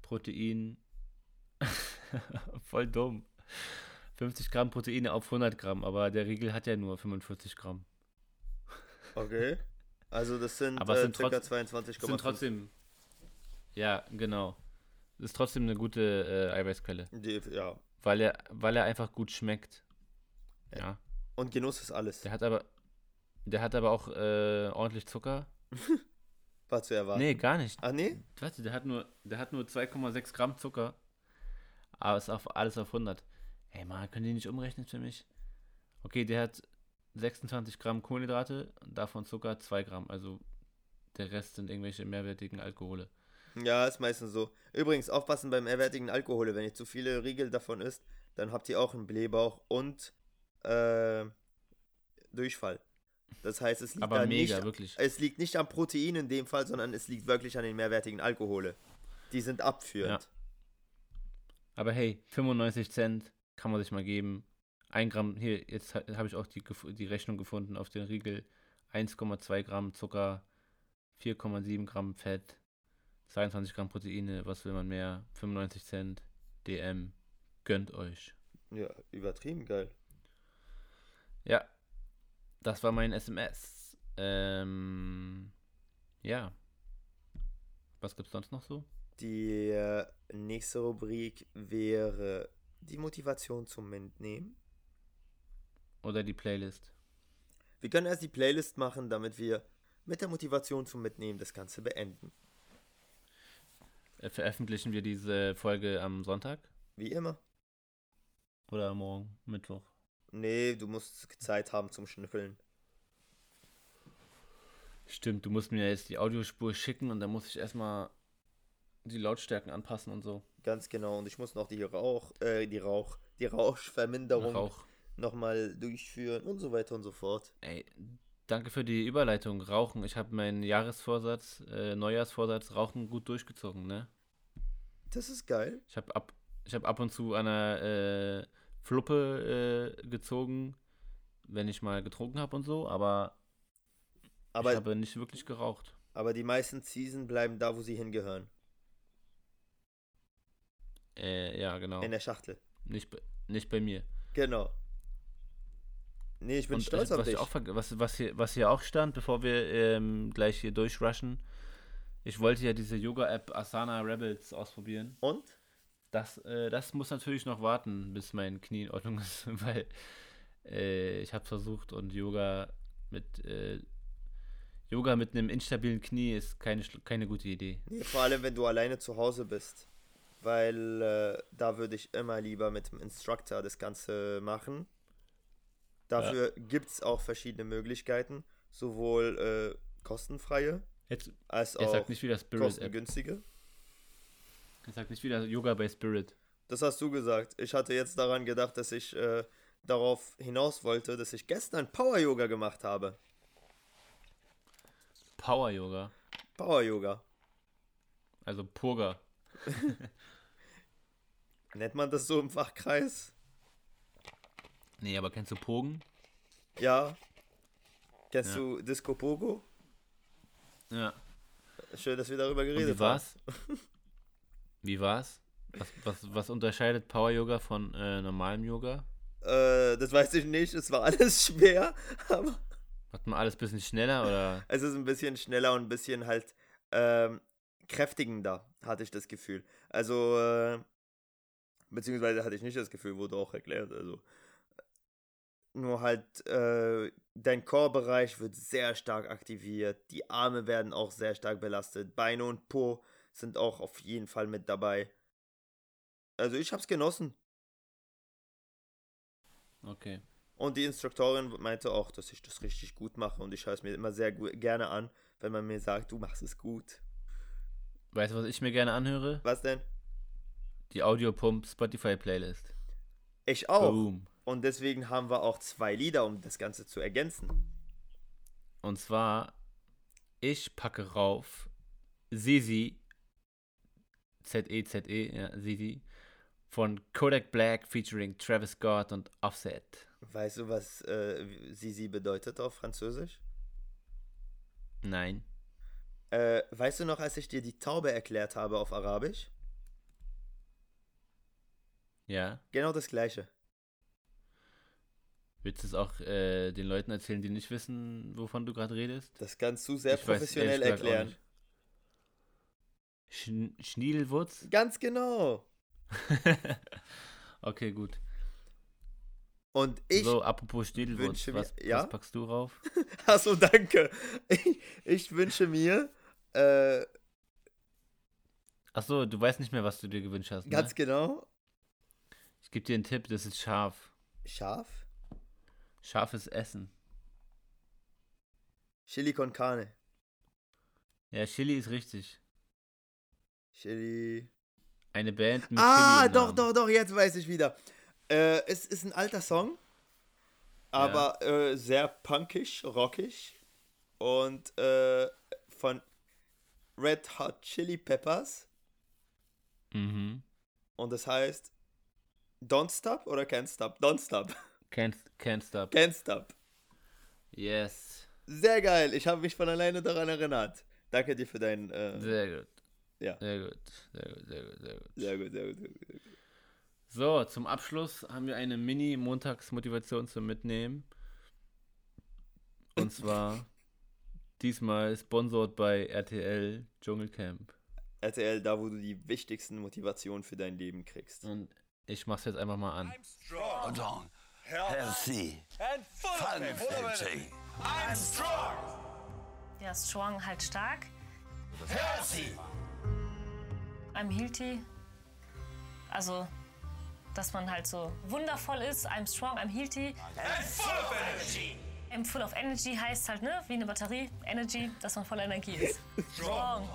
[SPEAKER 2] Protein. [LAUGHS] Voll dumm. 50 Gramm Proteine auf 100 Gramm, aber der Riegel hat ja nur 45 Gramm.
[SPEAKER 1] Okay. Also das sind,
[SPEAKER 2] Aber es sind
[SPEAKER 1] circa
[SPEAKER 2] trotz-
[SPEAKER 1] 22,5.
[SPEAKER 2] Sind trotzdem. Ja, genau. Ist trotzdem eine gute äh, Eiweißquelle.
[SPEAKER 1] Die, ja.
[SPEAKER 2] Weil er, weil er einfach gut schmeckt. Ja.
[SPEAKER 1] Und Genuss ist alles.
[SPEAKER 2] Der hat aber, der hat aber auch äh, ordentlich Zucker.
[SPEAKER 1] War zu erwarten.
[SPEAKER 2] Nee, gar nicht.
[SPEAKER 1] Ach nee?
[SPEAKER 2] Warte, der hat nur, der hat nur 2,6 Gramm Zucker. Aber ist auf, alles auf 100. Ey, Mann, können die nicht umrechnen für mich? Okay, der hat 26 Gramm Kohlenhydrate, davon Zucker 2 Gramm. Also der Rest sind irgendwelche mehrwertigen Alkohole.
[SPEAKER 1] Ja, ist meistens so. Übrigens, aufpassen beim erwärtigen Alkohol. Wenn ihr zu viele Riegel davon isst, dann habt ihr auch einen Blähbauch und äh, Durchfall. Das heißt, es liegt
[SPEAKER 2] Aber
[SPEAKER 1] da
[SPEAKER 2] mega,
[SPEAKER 1] nicht
[SPEAKER 2] wirklich.
[SPEAKER 1] Es liegt nicht am Protein in dem Fall, sondern es liegt wirklich an den mehrwertigen Alkohole. Die sind abführend.
[SPEAKER 2] Aber hey, 95 Cent kann man sich mal geben. Ein Gramm, hier, jetzt ha- habe ich auch die, gef- die Rechnung gefunden auf den Riegel. 1,2 Gramm Zucker, 4,7 Gramm Fett, 22 Gramm Proteine, was will man mehr? 95 Cent, DM, gönnt euch.
[SPEAKER 1] Ja, übertrieben geil.
[SPEAKER 2] Ja, das war mein SMS. Ähm, ja. Was gibt's sonst noch so?
[SPEAKER 1] Die äh, nächste Rubrik wäre die Motivation zum Mitnehmen.
[SPEAKER 2] Oder die Playlist.
[SPEAKER 1] Wir können erst die Playlist machen, damit wir mit der Motivation zum Mitnehmen das Ganze beenden.
[SPEAKER 2] Äh, Veröffentlichen wir diese Folge am Sonntag
[SPEAKER 1] Wie immer.
[SPEAKER 2] oder morgen, Mittwoch?
[SPEAKER 1] Nee, du musst Zeit haben zum Schnüffeln.
[SPEAKER 2] Stimmt, du musst mir jetzt die Audiospur schicken und dann muss ich erstmal die Lautstärken anpassen und so.
[SPEAKER 1] Ganz genau. Und ich muss noch die Rauch, äh, die Rauch, die Rauschverminderung
[SPEAKER 2] Rauch.
[SPEAKER 1] nochmal durchführen und so weiter und so fort.
[SPEAKER 2] Ey, danke für die Überleitung. Rauchen. Ich habe meinen Jahresvorsatz, äh, Neujahrsvorsatz Rauchen gut durchgezogen, ne?
[SPEAKER 1] Das ist geil.
[SPEAKER 2] Ich habe ab, ich hab ab und zu an einer äh, Fluppe äh, gezogen, wenn ich mal getrunken habe und so, aber, ich
[SPEAKER 1] Aber,
[SPEAKER 2] habe nicht wirklich geraucht.
[SPEAKER 1] aber die meisten Season bleiben da, wo sie hingehören.
[SPEAKER 2] Äh, ja, genau.
[SPEAKER 1] In der Schachtel.
[SPEAKER 2] Nicht, bei- nicht bei mir.
[SPEAKER 1] Genau. Nee, ich bin
[SPEAKER 2] Und
[SPEAKER 1] stolz
[SPEAKER 2] äh,
[SPEAKER 1] auf
[SPEAKER 2] was,
[SPEAKER 1] dich.
[SPEAKER 2] ich auch, verge- was, was, hier, was hier auch stand, bevor wir ähm, gleich hier durchrushen, ich wollte ja diese Yoga-App Asana Rebels ausprobieren.
[SPEAKER 1] Und?
[SPEAKER 2] Das, äh, das muss natürlich noch warten, bis mein Knie in Ordnung [LAUGHS] ist, weil äh, ich habe versucht und Yoga mit äh, Yoga mit einem instabilen Knie ist keine, schl- keine gute Idee.
[SPEAKER 1] Nee, vor allem, wenn du alleine zu Hause bist. Weil äh, da würde ich immer lieber mit dem Instructor das Ganze machen. Dafür gibt's gibt es auch verschiedene Möglichkeiten. Sowohl äh, kostenfreie
[SPEAKER 2] Jetzt,
[SPEAKER 1] als
[SPEAKER 2] er
[SPEAKER 1] auch
[SPEAKER 2] sagt nicht wieder Spirit App.
[SPEAKER 1] kostengünstige.
[SPEAKER 2] Er sagt nicht wieder Yoga bei Spirit.
[SPEAKER 1] Das hast du gesagt. Ich hatte jetzt daran gedacht, dass ich äh, darauf hinaus wollte, dass ich gestern Power-Yoga gemacht habe.
[SPEAKER 2] Power Yoga,
[SPEAKER 1] Power-Yoga.
[SPEAKER 2] also Purga.
[SPEAKER 1] Nennt man das so im Fachkreis?
[SPEAKER 2] Nee, aber kennst du Pogen?
[SPEAKER 1] Ja. Kennst
[SPEAKER 2] Ja.
[SPEAKER 1] du Disco Pogo?
[SPEAKER 2] Ja.
[SPEAKER 1] Schön, dass wir darüber
[SPEAKER 2] Und
[SPEAKER 1] geredet
[SPEAKER 2] wie war's? Wie war's? Was, was, was unterscheidet Power Yoga von äh, normalem Yoga?
[SPEAKER 1] Äh, das weiß ich nicht. Es war [LAUGHS] alles schwer, aber
[SPEAKER 2] Macht man alles ein bisschen schneller oder? [LAUGHS]
[SPEAKER 1] es ist ein bisschen schneller und ein bisschen halt ähm, kräftigender, hatte ich das Gefühl. Also, äh, beziehungsweise hatte ich nicht das Gefühl, wurde auch erklärt. Also, nur halt, äh, dein Chorbereich wird sehr stark aktiviert. Die Arme werden auch sehr stark belastet. Beine und Po sind auch auf jeden Fall mit dabei. Also, ich hab's genossen.
[SPEAKER 2] Okay.
[SPEAKER 1] Und die Instruktorin meinte auch, dass ich das richtig gut mache und ich schaue es mir immer sehr gu- gerne an, wenn man mir sagt, du machst es gut.
[SPEAKER 2] Weißt du, was ich mir gerne anhöre?
[SPEAKER 1] Was denn?
[SPEAKER 2] Die Audiopump Spotify Playlist.
[SPEAKER 1] Ich auch.
[SPEAKER 2] Boom.
[SPEAKER 1] Und deswegen haben wir auch zwei Lieder, um das Ganze zu ergänzen.
[SPEAKER 2] Und zwar, ich packe rauf Sisi, Z-E-Z-E, E, ja, Sisi, von Kodak Black featuring Travis Scott und Offset.
[SPEAKER 1] Weißt du, was äh, Sisi bedeutet auf Französisch?
[SPEAKER 2] Nein.
[SPEAKER 1] Äh, weißt du noch, als ich dir die Taube erklärt habe auf Arabisch?
[SPEAKER 2] Ja.
[SPEAKER 1] Genau das gleiche.
[SPEAKER 2] Willst du es auch äh, den Leuten erzählen, die nicht wissen, wovon du gerade redest?
[SPEAKER 1] Das kannst du sehr
[SPEAKER 2] Ich weiß es
[SPEAKER 1] professionell
[SPEAKER 2] ehrlich gesagt auch
[SPEAKER 1] erklären.
[SPEAKER 2] nicht. Schn Schniedelwurz?
[SPEAKER 1] Ganz genau.
[SPEAKER 2] okay, gut.
[SPEAKER 1] Und ich [LAUGHS]
[SPEAKER 2] so, apropos Schniedelwurz,
[SPEAKER 1] wünsche mir-
[SPEAKER 2] was,
[SPEAKER 1] ja?
[SPEAKER 2] was packst du rauf?
[SPEAKER 1] Achso, also danke. Ich, ich wünsche mir, äh,
[SPEAKER 2] Achso, du weißt nicht mehr, was du dir gewünscht hast. Ne?
[SPEAKER 1] ganz genau,
[SPEAKER 2] Ich gebe dir einen Tipp, das ist scharf.
[SPEAKER 1] scharf,
[SPEAKER 2] Scharfes Essen.
[SPEAKER 1] Chili con Carne.
[SPEAKER 2] Ja, Chili ist richtig.
[SPEAKER 1] Chili.
[SPEAKER 2] Eine Band mit
[SPEAKER 1] ah,
[SPEAKER 2] Chili. im
[SPEAKER 1] doch,
[SPEAKER 2] Namen.
[SPEAKER 1] doch, doch, jetzt weiß ich wieder. Äh, es ist ein alter Song, aber äh, sehr punkig, rockig. Und äh, von Red Hot Chili Peppers.
[SPEAKER 2] Mhm.
[SPEAKER 1] Und das heißt Don't Stop oder Can't Stop? Don't Stop. [LAUGHS]
[SPEAKER 2] Can't, can't stop.
[SPEAKER 1] Can't Stop.
[SPEAKER 2] Yes.
[SPEAKER 1] Sehr geil. Ich habe mich von alleine daran erinnert. Danke dir für deinen. Äh,
[SPEAKER 2] Sehr gut.
[SPEAKER 1] Ja.
[SPEAKER 2] Sehr gut. Sehr gut, sehr gut, sehr gut.
[SPEAKER 1] sehr gut, sehr gut, sehr gut.
[SPEAKER 2] So, zum Abschluss haben wir eine Mini-Montagsmotivation zum Mitnehmen. Und zwar diesmal sponsored bei RTL Dschungelcamp.
[SPEAKER 1] RTL, da wo du die wichtigsten Motivationen für dein Leben kriegst.
[SPEAKER 2] Und ich mach's jetzt einfach mal an.
[SPEAKER 5] strong, healthy, Oh. and full of it. I'm strong,
[SPEAKER 6] Ja, strong, halt stark.
[SPEAKER 5] healthy.
[SPEAKER 6] I'm healthy. Also, dass man halt so wundervoll ist. I'm strong, I'm healthy.
[SPEAKER 5] and full of energy.
[SPEAKER 6] I'm full of energy heißt halt, ne, wie eine Batterie, Energy, dass man voller Energie ist. Strong,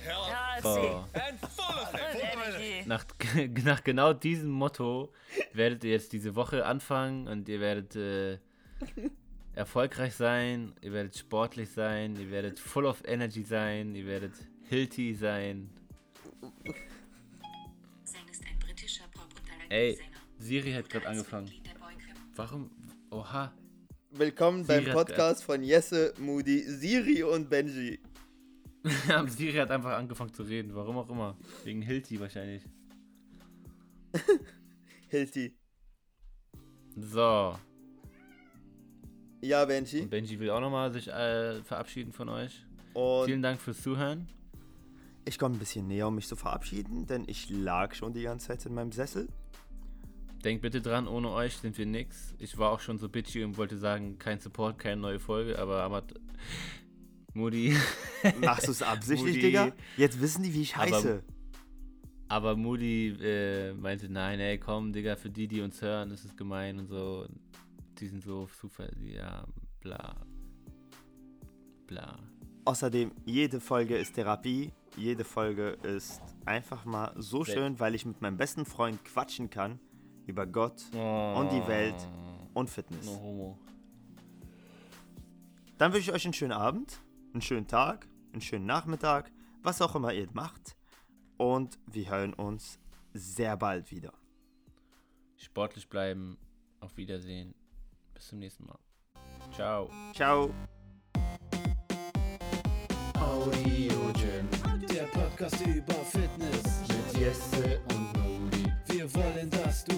[SPEAKER 6] healthy,
[SPEAKER 2] So.
[SPEAKER 5] And full of
[SPEAKER 6] full
[SPEAKER 5] it.
[SPEAKER 6] Energy.
[SPEAKER 2] Nach, [LAUGHS] nach genau diesem Motto werdet ihr jetzt diese Woche anfangen und ihr werdet äh, erfolgreich sein, ihr werdet sportlich sein, ihr werdet full of energy sein, ihr werdet healthy sein.
[SPEAKER 7] Sein ist ein britischer Pop- und
[SPEAKER 2] Ey,
[SPEAKER 7] Sänger.
[SPEAKER 2] Siri hat gerade angefangen.
[SPEAKER 7] Mitglied der Boygroup.
[SPEAKER 2] Warum? Oha. [LAUGHS]
[SPEAKER 1] Willkommen beim
[SPEAKER 2] Siri hat-
[SPEAKER 1] Podcast von Jesse, Moody, Siri und Benji.
[SPEAKER 2] Siri hat einfach angefangen zu reden, warum auch immer. Wegen healthy wahrscheinlich.
[SPEAKER 1] Hilti.
[SPEAKER 2] So,
[SPEAKER 1] Ja, Benji.
[SPEAKER 2] und Benji will auch nochmal sich äh, verabschieden von euch.
[SPEAKER 1] Und
[SPEAKER 2] Vielen Dank fürs Zuhören.
[SPEAKER 1] ich komme ein bisschen näher, um mich zu verabschieden, denn ich lag schon die ganze Zeit in meinem Sessel.
[SPEAKER 2] Denkt bitte dran, ohne euch sind wir nix. Ich war auch schon so bitchy und wollte sagen, kein Support, keine neue Folge, aber Amat. Moody. [LAUGHS]
[SPEAKER 1] Machst du es absichtlich,
[SPEAKER 2] Moody.
[SPEAKER 1] Digga? Jetzt wissen die, wie ich
[SPEAKER 2] Aber-
[SPEAKER 1] heiße.
[SPEAKER 2] Aber Moody äh, meinte, nein, ey, komm, Digga, für die, die uns hören, ist es gemein und so. Die sind so super, die- ja, bla. Bla.
[SPEAKER 1] Außerdem, jede Folge ist Therapie. Jede Folge ist einfach mal so
[SPEAKER 2] Sehr-
[SPEAKER 1] schön, weil ich mit meinem besten Freund quatschen kann über Gott und die Welt
[SPEAKER 2] Oh.
[SPEAKER 1] und Fitness.
[SPEAKER 2] No homo.
[SPEAKER 1] Dann wünsche ich euch einen schönen Abend, einen schönen Tag, einen schönen Nachmittag, was auch immer ihr macht. Und wir hören uns sehr bald wieder.
[SPEAKER 2] Sportlich bleiben. Auf Wiedersehen. Bis zum nächsten Mal. Ciao.
[SPEAKER 1] Ciao.
[SPEAKER 3] Audio Gym. Der Podcast über Fitness. Mit Jesse und Nudi. Wir wollen, dass du